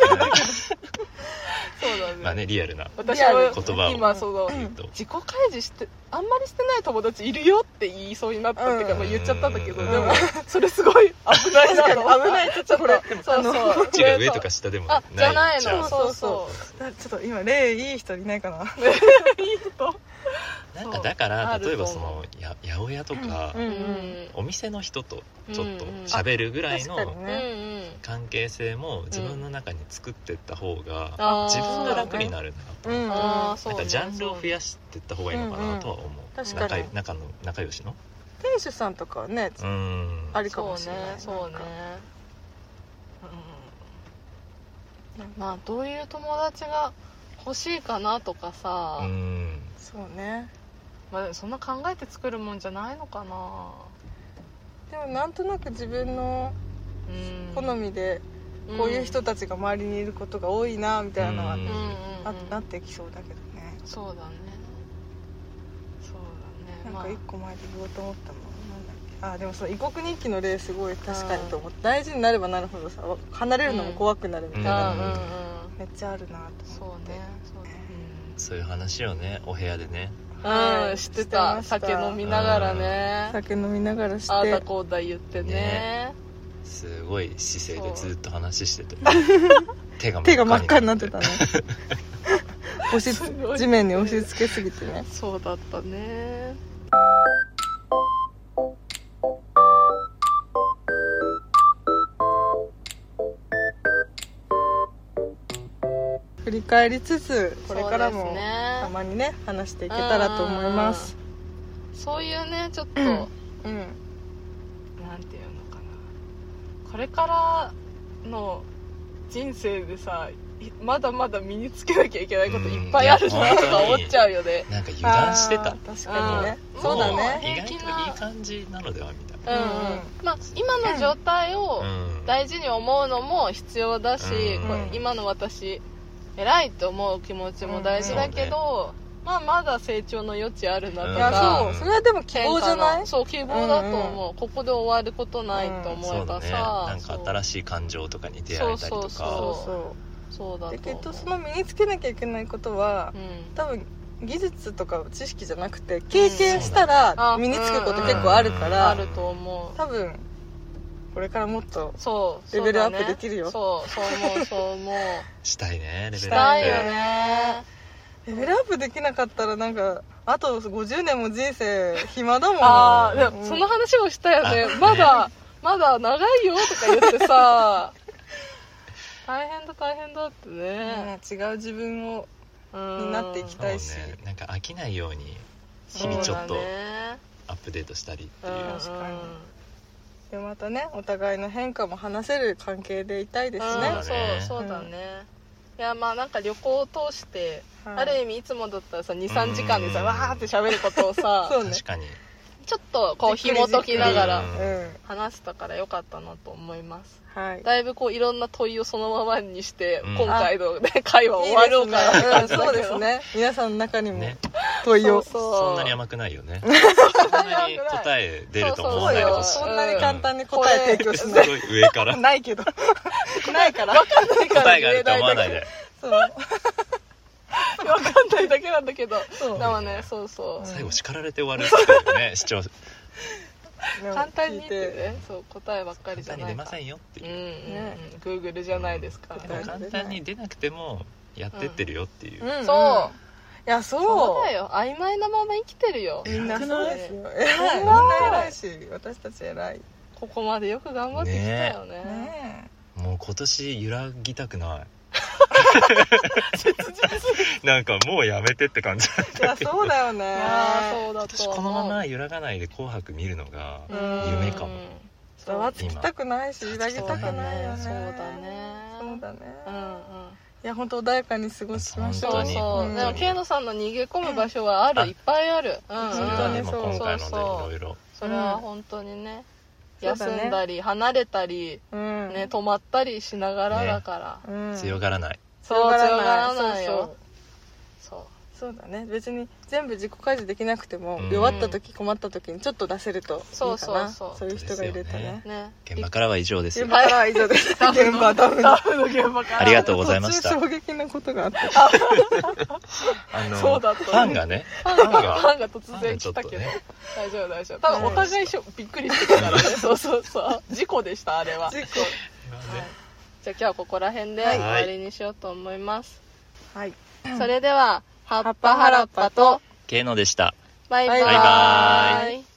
Speaker 1: ね,、
Speaker 3: まあねリアルな
Speaker 1: 私
Speaker 2: リアル
Speaker 3: 言葉
Speaker 1: は
Speaker 3: を
Speaker 1: 今その、
Speaker 3: 言うと
Speaker 1: 自己開示してあんまりしてない友達いるよって言いそうになったっていうか、
Speaker 2: うん
Speaker 1: まあ、言っちゃったんだけど、
Speaker 3: うん
Speaker 1: でもそれすごい危ないなと
Speaker 2: 確かに危ないちょっとこれ
Speaker 1: そうそう
Speaker 3: どっちが上とか下でもない
Speaker 1: あじゃない
Speaker 3: じゃ
Speaker 1: の
Speaker 3: ん
Speaker 1: そうそ
Speaker 2: ちょっと今例いい人いないかな
Speaker 1: ういいと
Speaker 3: なんかだから
Speaker 1: あると
Speaker 3: 例えばそ
Speaker 1: 思
Speaker 3: のや八百屋とか、
Speaker 2: うん
Speaker 3: お店の人とちょ
Speaker 1: う
Speaker 3: っと
Speaker 1: んうん
Speaker 3: 喋るぐらいの
Speaker 2: 確かに
Speaker 1: うんう
Speaker 2: ね、
Speaker 1: ん
Speaker 3: 関係性も自分の中に作ってった方が
Speaker 1: あー
Speaker 3: 自分が楽になるなと
Speaker 2: う
Speaker 3: 思って
Speaker 2: ん
Speaker 1: あーそう
Speaker 3: なん
Speaker 1: ね
Speaker 3: かジャンルを増やしていった方がいいのかなとは思う、
Speaker 2: うんうん
Speaker 3: 仲
Speaker 2: 確かに
Speaker 3: 仲の仲良しの
Speaker 2: 店主さんとかはね
Speaker 3: うーん
Speaker 2: ありかもしれない
Speaker 1: そうねそうね
Speaker 2: なんか
Speaker 1: まあどういう友達が欲しいかなとかさ、
Speaker 3: うーん
Speaker 2: そうね
Speaker 1: まあ、でもそんな考えて作るもんじゃないのかな
Speaker 2: でもなんとなく自分の
Speaker 1: うん
Speaker 2: 好みでこういう人たちが周りにいることが多いなみたいなのは、
Speaker 3: うん
Speaker 1: うんうんうん
Speaker 2: ななってきそうだけどね
Speaker 1: そうだねそうだね
Speaker 2: なん
Speaker 1: まあ
Speaker 2: か一個前で言おうと思ったのなんだっけあでもその異国日記の例すごい確かにと思って大事になればなるほどさ離れるのも怖くなるみたいな、
Speaker 1: うんうんうん
Speaker 2: めっちゃあるなと
Speaker 1: そう
Speaker 2: 思って
Speaker 1: ねそう
Speaker 3: そういう話をねお部屋でね
Speaker 1: だね
Speaker 2: は
Speaker 1: う
Speaker 2: い
Speaker 1: んしてた
Speaker 2: してました
Speaker 1: 酒飲みながらね
Speaker 2: 酒飲みながらし
Speaker 1: ああ
Speaker 2: て
Speaker 1: だこうだ言ってね
Speaker 3: ねすごい姿勢でずっと話してて手が
Speaker 2: 手が真っ赤になってた
Speaker 3: ね
Speaker 2: ね押しつ
Speaker 1: すごい
Speaker 2: 地面に押し付けすぎてね
Speaker 1: そうだったね
Speaker 2: 振り返りつつこれから
Speaker 1: そ
Speaker 2: も
Speaker 1: うです
Speaker 2: た
Speaker 1: ね
Speaker 2: まにね話していけたらと思います
Speaker 1: そういうねちょっと
Speaker 2: うんうん、
Speaker 1: なんていうのかなこれからの人生でさいまだまだ身につけなきゃいけないこといっぱいある
Speaker 3: うんい
Speaker 1: な
Speaker 3: や
Speaker 1: とか思っちゃうよね
Speaker 3: なんか油断して
Speaker 2: あ
Speaker 3: た
Speaker 2: ー確かにね
Speaker 1: うん
Speaker 2: そうだね
Speaker 3: もう意外といい感じなのではみたいな
Speaker 1: うんうんまあ今の状態を
Speaker 3: うん
Speaker 1: 大事に思うのも必要だし、
Speaker 3: うん
Speaker 1: これ今の私偉いと思う気持ちも大事だけど、まあまだ成長の余地あるなと
Speaker 2: い
Speaker 3: ん
Speaker 2: や
Speaker 1: か、
Speaker 2: そうそれはでも希望じゃない
Speaker 1: 変化のそう希望だと思う、ここで終わることないと思
Speaker 3: そ
Speaker 1: え
Speaker 3: うだ
Speaker 1: ば
Speaker 3: ね
Speaker 1: さ、
Speaker 3: なんか新しい感情とかに出会えたりと
Speaker 1: そ
Speaker 3: か
Speaker 2: そう
Speaker 1: うそうそう
Speaker 2: そう
Speaker 1: そうだと
Speaker 2: でき
Speaker 1: 思う
Speaker 2: っとその身につけなきゃいけないことは
Speaker 1: うん
Speaker 2: 多分技術とか知識じゃなくて経験したら
Speaker 1: あ
Speaker 2: 身につくこと結構あるか
Speaker 1: あ
Speaker 2: ら
Speaker 1: ると思う
Speaker 2: 多分これからもっと
Speaker 1: そう
Speaker 2: レベルアップできるよ
Speaker 1: そうそう思うそう思う
Speaker 3: したいねレベル
Speaker 1: したいよ
Speaker 3: ね
Speaker 1: ね
Speaker 2: レベルアップできなかったらなんかあと50年も人生暇だもん
Speaker 1: ああ
Speaker 2: うん
Speaker 1: でもその話もしたよねまだまだ長いよとか言って さ大変だ大変だってね、
Speaker 2: うん違う自分を
Speaker 1: うん
Speaker 2: になっていき
Speaker 3: そう
Speaker 2: たい
Speaker 3: ね
Speaker 2: し
Speaker 3: なんか飽きないように
Speaker 1: そうだ
Speaker 3: 日々
Speaker 1: ね
Speaker 3: ちょっとアップデートしたりっていうう、
Speaker 1: ん
Speaker 2: 確かにでまたねお互いの変化も話せる関係でいたいです
Speaker 1: うん
Speaker 2: ね、
Speaker 3: そうだね
Speaker 1: そうそうだね、いやまあなんか旅行を通して、
Speaker 2: はい
Speaker 1: ある意味いつもだったらさ23時間で
Speaker 3: う
Speaker 1: さ
Speaker 3: ん
Speaker 1: わーって喋ることをさ
Speaker 2: そうね
Speaker 3: 確かに
Speaker 1: ちょっとこう
Speaker 2: じっくり
Speaker 1: 紐解きながら
Speaker 3: じっく
Speaker 2: うん
Speaker 1: 話せたからよかったなと思います
Speaker 2: はい
Speaker 1: だいぶこういろんな問いをそのままにして、
Speaker 3: うん
Speaker 1: 今回の、ね、会話終わろうかなって
Speaker 2: いい
Speaker 1: 感
Speaker 2: で
Speaker 1: じ
Speaker 2: す
Speaker 1: だ
Speaker 2: ねう んそ
Speaker 1: けど
Speaker 2: うですね皆さんの中にも
Speaker 3: ね
Speaker 2: 問いを
Speaker 1: そうそう
Speaker 3: そんなに甘くないよねそんなに答え出ると思わないでほしい
Speaker 1: そう
Speaker 2: そ
Speaker 1: うん
Speaker 2: なに簡単に答え提供し
Speaker 3: す
Speaker 2: ない
Speaker 3: ごい上から
Speaker 2: ない けどないから
Speaker 3: 答えがあると思わないで
Speaker 2: そう
Speaker 1: わかんないだけなんだけど
Speaker 2: そう
Speaker 1: でもねそうそう、
Speaker 3: 最後叱られて終わるっていうね視聴者
Speaker 1: 簡単に言
Speaker 2: 聞い
Speaker 1: っててねそう答えばっかり
Speaker 3: 簡
Speaker 1: じゃ
Speaker 3: 単
Speaker 1: ない
Speaker 3: に
Speaker 1: か
Speaker 3: 出ませんよっ
Speaker 1: う
Speaker 3: て
Speaker 1: ん
Speaker 3: いう、
Speaker 2: ね
Speaker 1: うん、グ Google じゃないですから、
Speaker 3: でも
Speaker 2: うん
Speaker 3: 簡単に出なくてもやってってるよっていう、
Speaker 2: うん
Speaker 1: そう
Speaker 2: いやそう
Speaker 1: そうだよ曖昧なまま生きてるよ
Speaker 3: え
Speaker 2: みんなそうですよ偉いみん
Speaker 1: 偉くない
Speaker 2: な偉いし私たち偉い
Speaker 1: ここまでよく頑張ってきたよね
Speaker 2: ね
Speaker 3: もう今年揺らぎたくないなんかもうやめてって感じ
Speaker 2: いやそうだよね
Speaker 1: いやーそうだ
Speaker 3: 私
Speaker 1: と思う
Speaker 3: このまま揺らがないで「紅白」見るのが
Speaker 1: うん
Speaker 3: 夢かも
Speaker 2: ざわつきたくないし
Speaker 3: 今
Speaker 2: 裏切りたくないよね
Speaker 1: そうだね
Speaker 2: そうだね
Speaker 1: うんうん
Speaker 2: いや本当穏やかに過ごしましょう
Speaker 1: そうそ
Speaker 3: 本
Speaker 1: う
Speaker 3: 当に
Speaker 1: でもケイノさんの逃げ込む場所はある、
Speaker 3: うん
Speaker 1: いっぱいある、うんうん、
Speaker 3: それはね、まあ、
Speaker 2: そう
Speaker 3: 今回
Speaker 1: そう
Speaker 3: のでい
Speaker 1: そう
Speaker 3: ろいろ
Speaker 1: それは本当にね、
Speaker 2: そうだね
Speaker 1: 休んだり離れたり、
Speaker 2: うん
Speaker 1: ね、止まったりしながらだから、
Speaker 2: うん
Speaker 3: 強がらない、
Speaker 1: そう強がら
Speaker 2: 強がら
Speaker 1: な
Speaker 2: ないい
Speaker 1: よそう
Speaker 2: そうだね別に全部自己開示できなくても、
Speaker 3: うん
Speaker 2: 弱った時困った時にちょっと出せるといいかな
Speaker 1: そうそうそう
Speaker 2: そういう人がいるとね
Speaker 3: 本
Speaker 1: ね
Speaker 3: 現場からは以上ですよ
Speaker 2: 現場からは以上です 現場ダメだ
Speaker 1: フの現場か
Speaker 3: ありがとうございました
Speaker 2: 途中衝撃なことがあった
Speaker 3: あの
Speaker 1: そう
Speaker 3: フ
Speaker 1: だった
Speaker 3: ァンがねファ
Speaker 1: ファ
Speaker 3: ン
Speaker 1: ン
Speaker 3: が
Speaker 1: が
Speaker 3: ファン
Speaker 1: 突
Speaker 3: が
Speaker 1: 然
Speaker 3: ちょ
Speaker 1: 来
Speaker 3: ったと
Speaker 1: けど、
Speaker 3: ね
Speaker 1: 大丈夫大丈夫多分お互いしょびっくりしてた からねそうそうそう事故でしたあれは、はい、
Speaker 2: 事
Speaker 1: じゃあ今日はここら辺で
Speaker 3: はい
Speaker 1: 終わりにしようと思います、
Speaker 2: 故はい
Speaker 1: それでは葉っぱ原っぱと
Speaker 3: ケイノでした
Speaker 1: バイバーイ
Speaker 2: バイ
Speaker 3: バ
Speaker 2: ー
Speaker 1: イ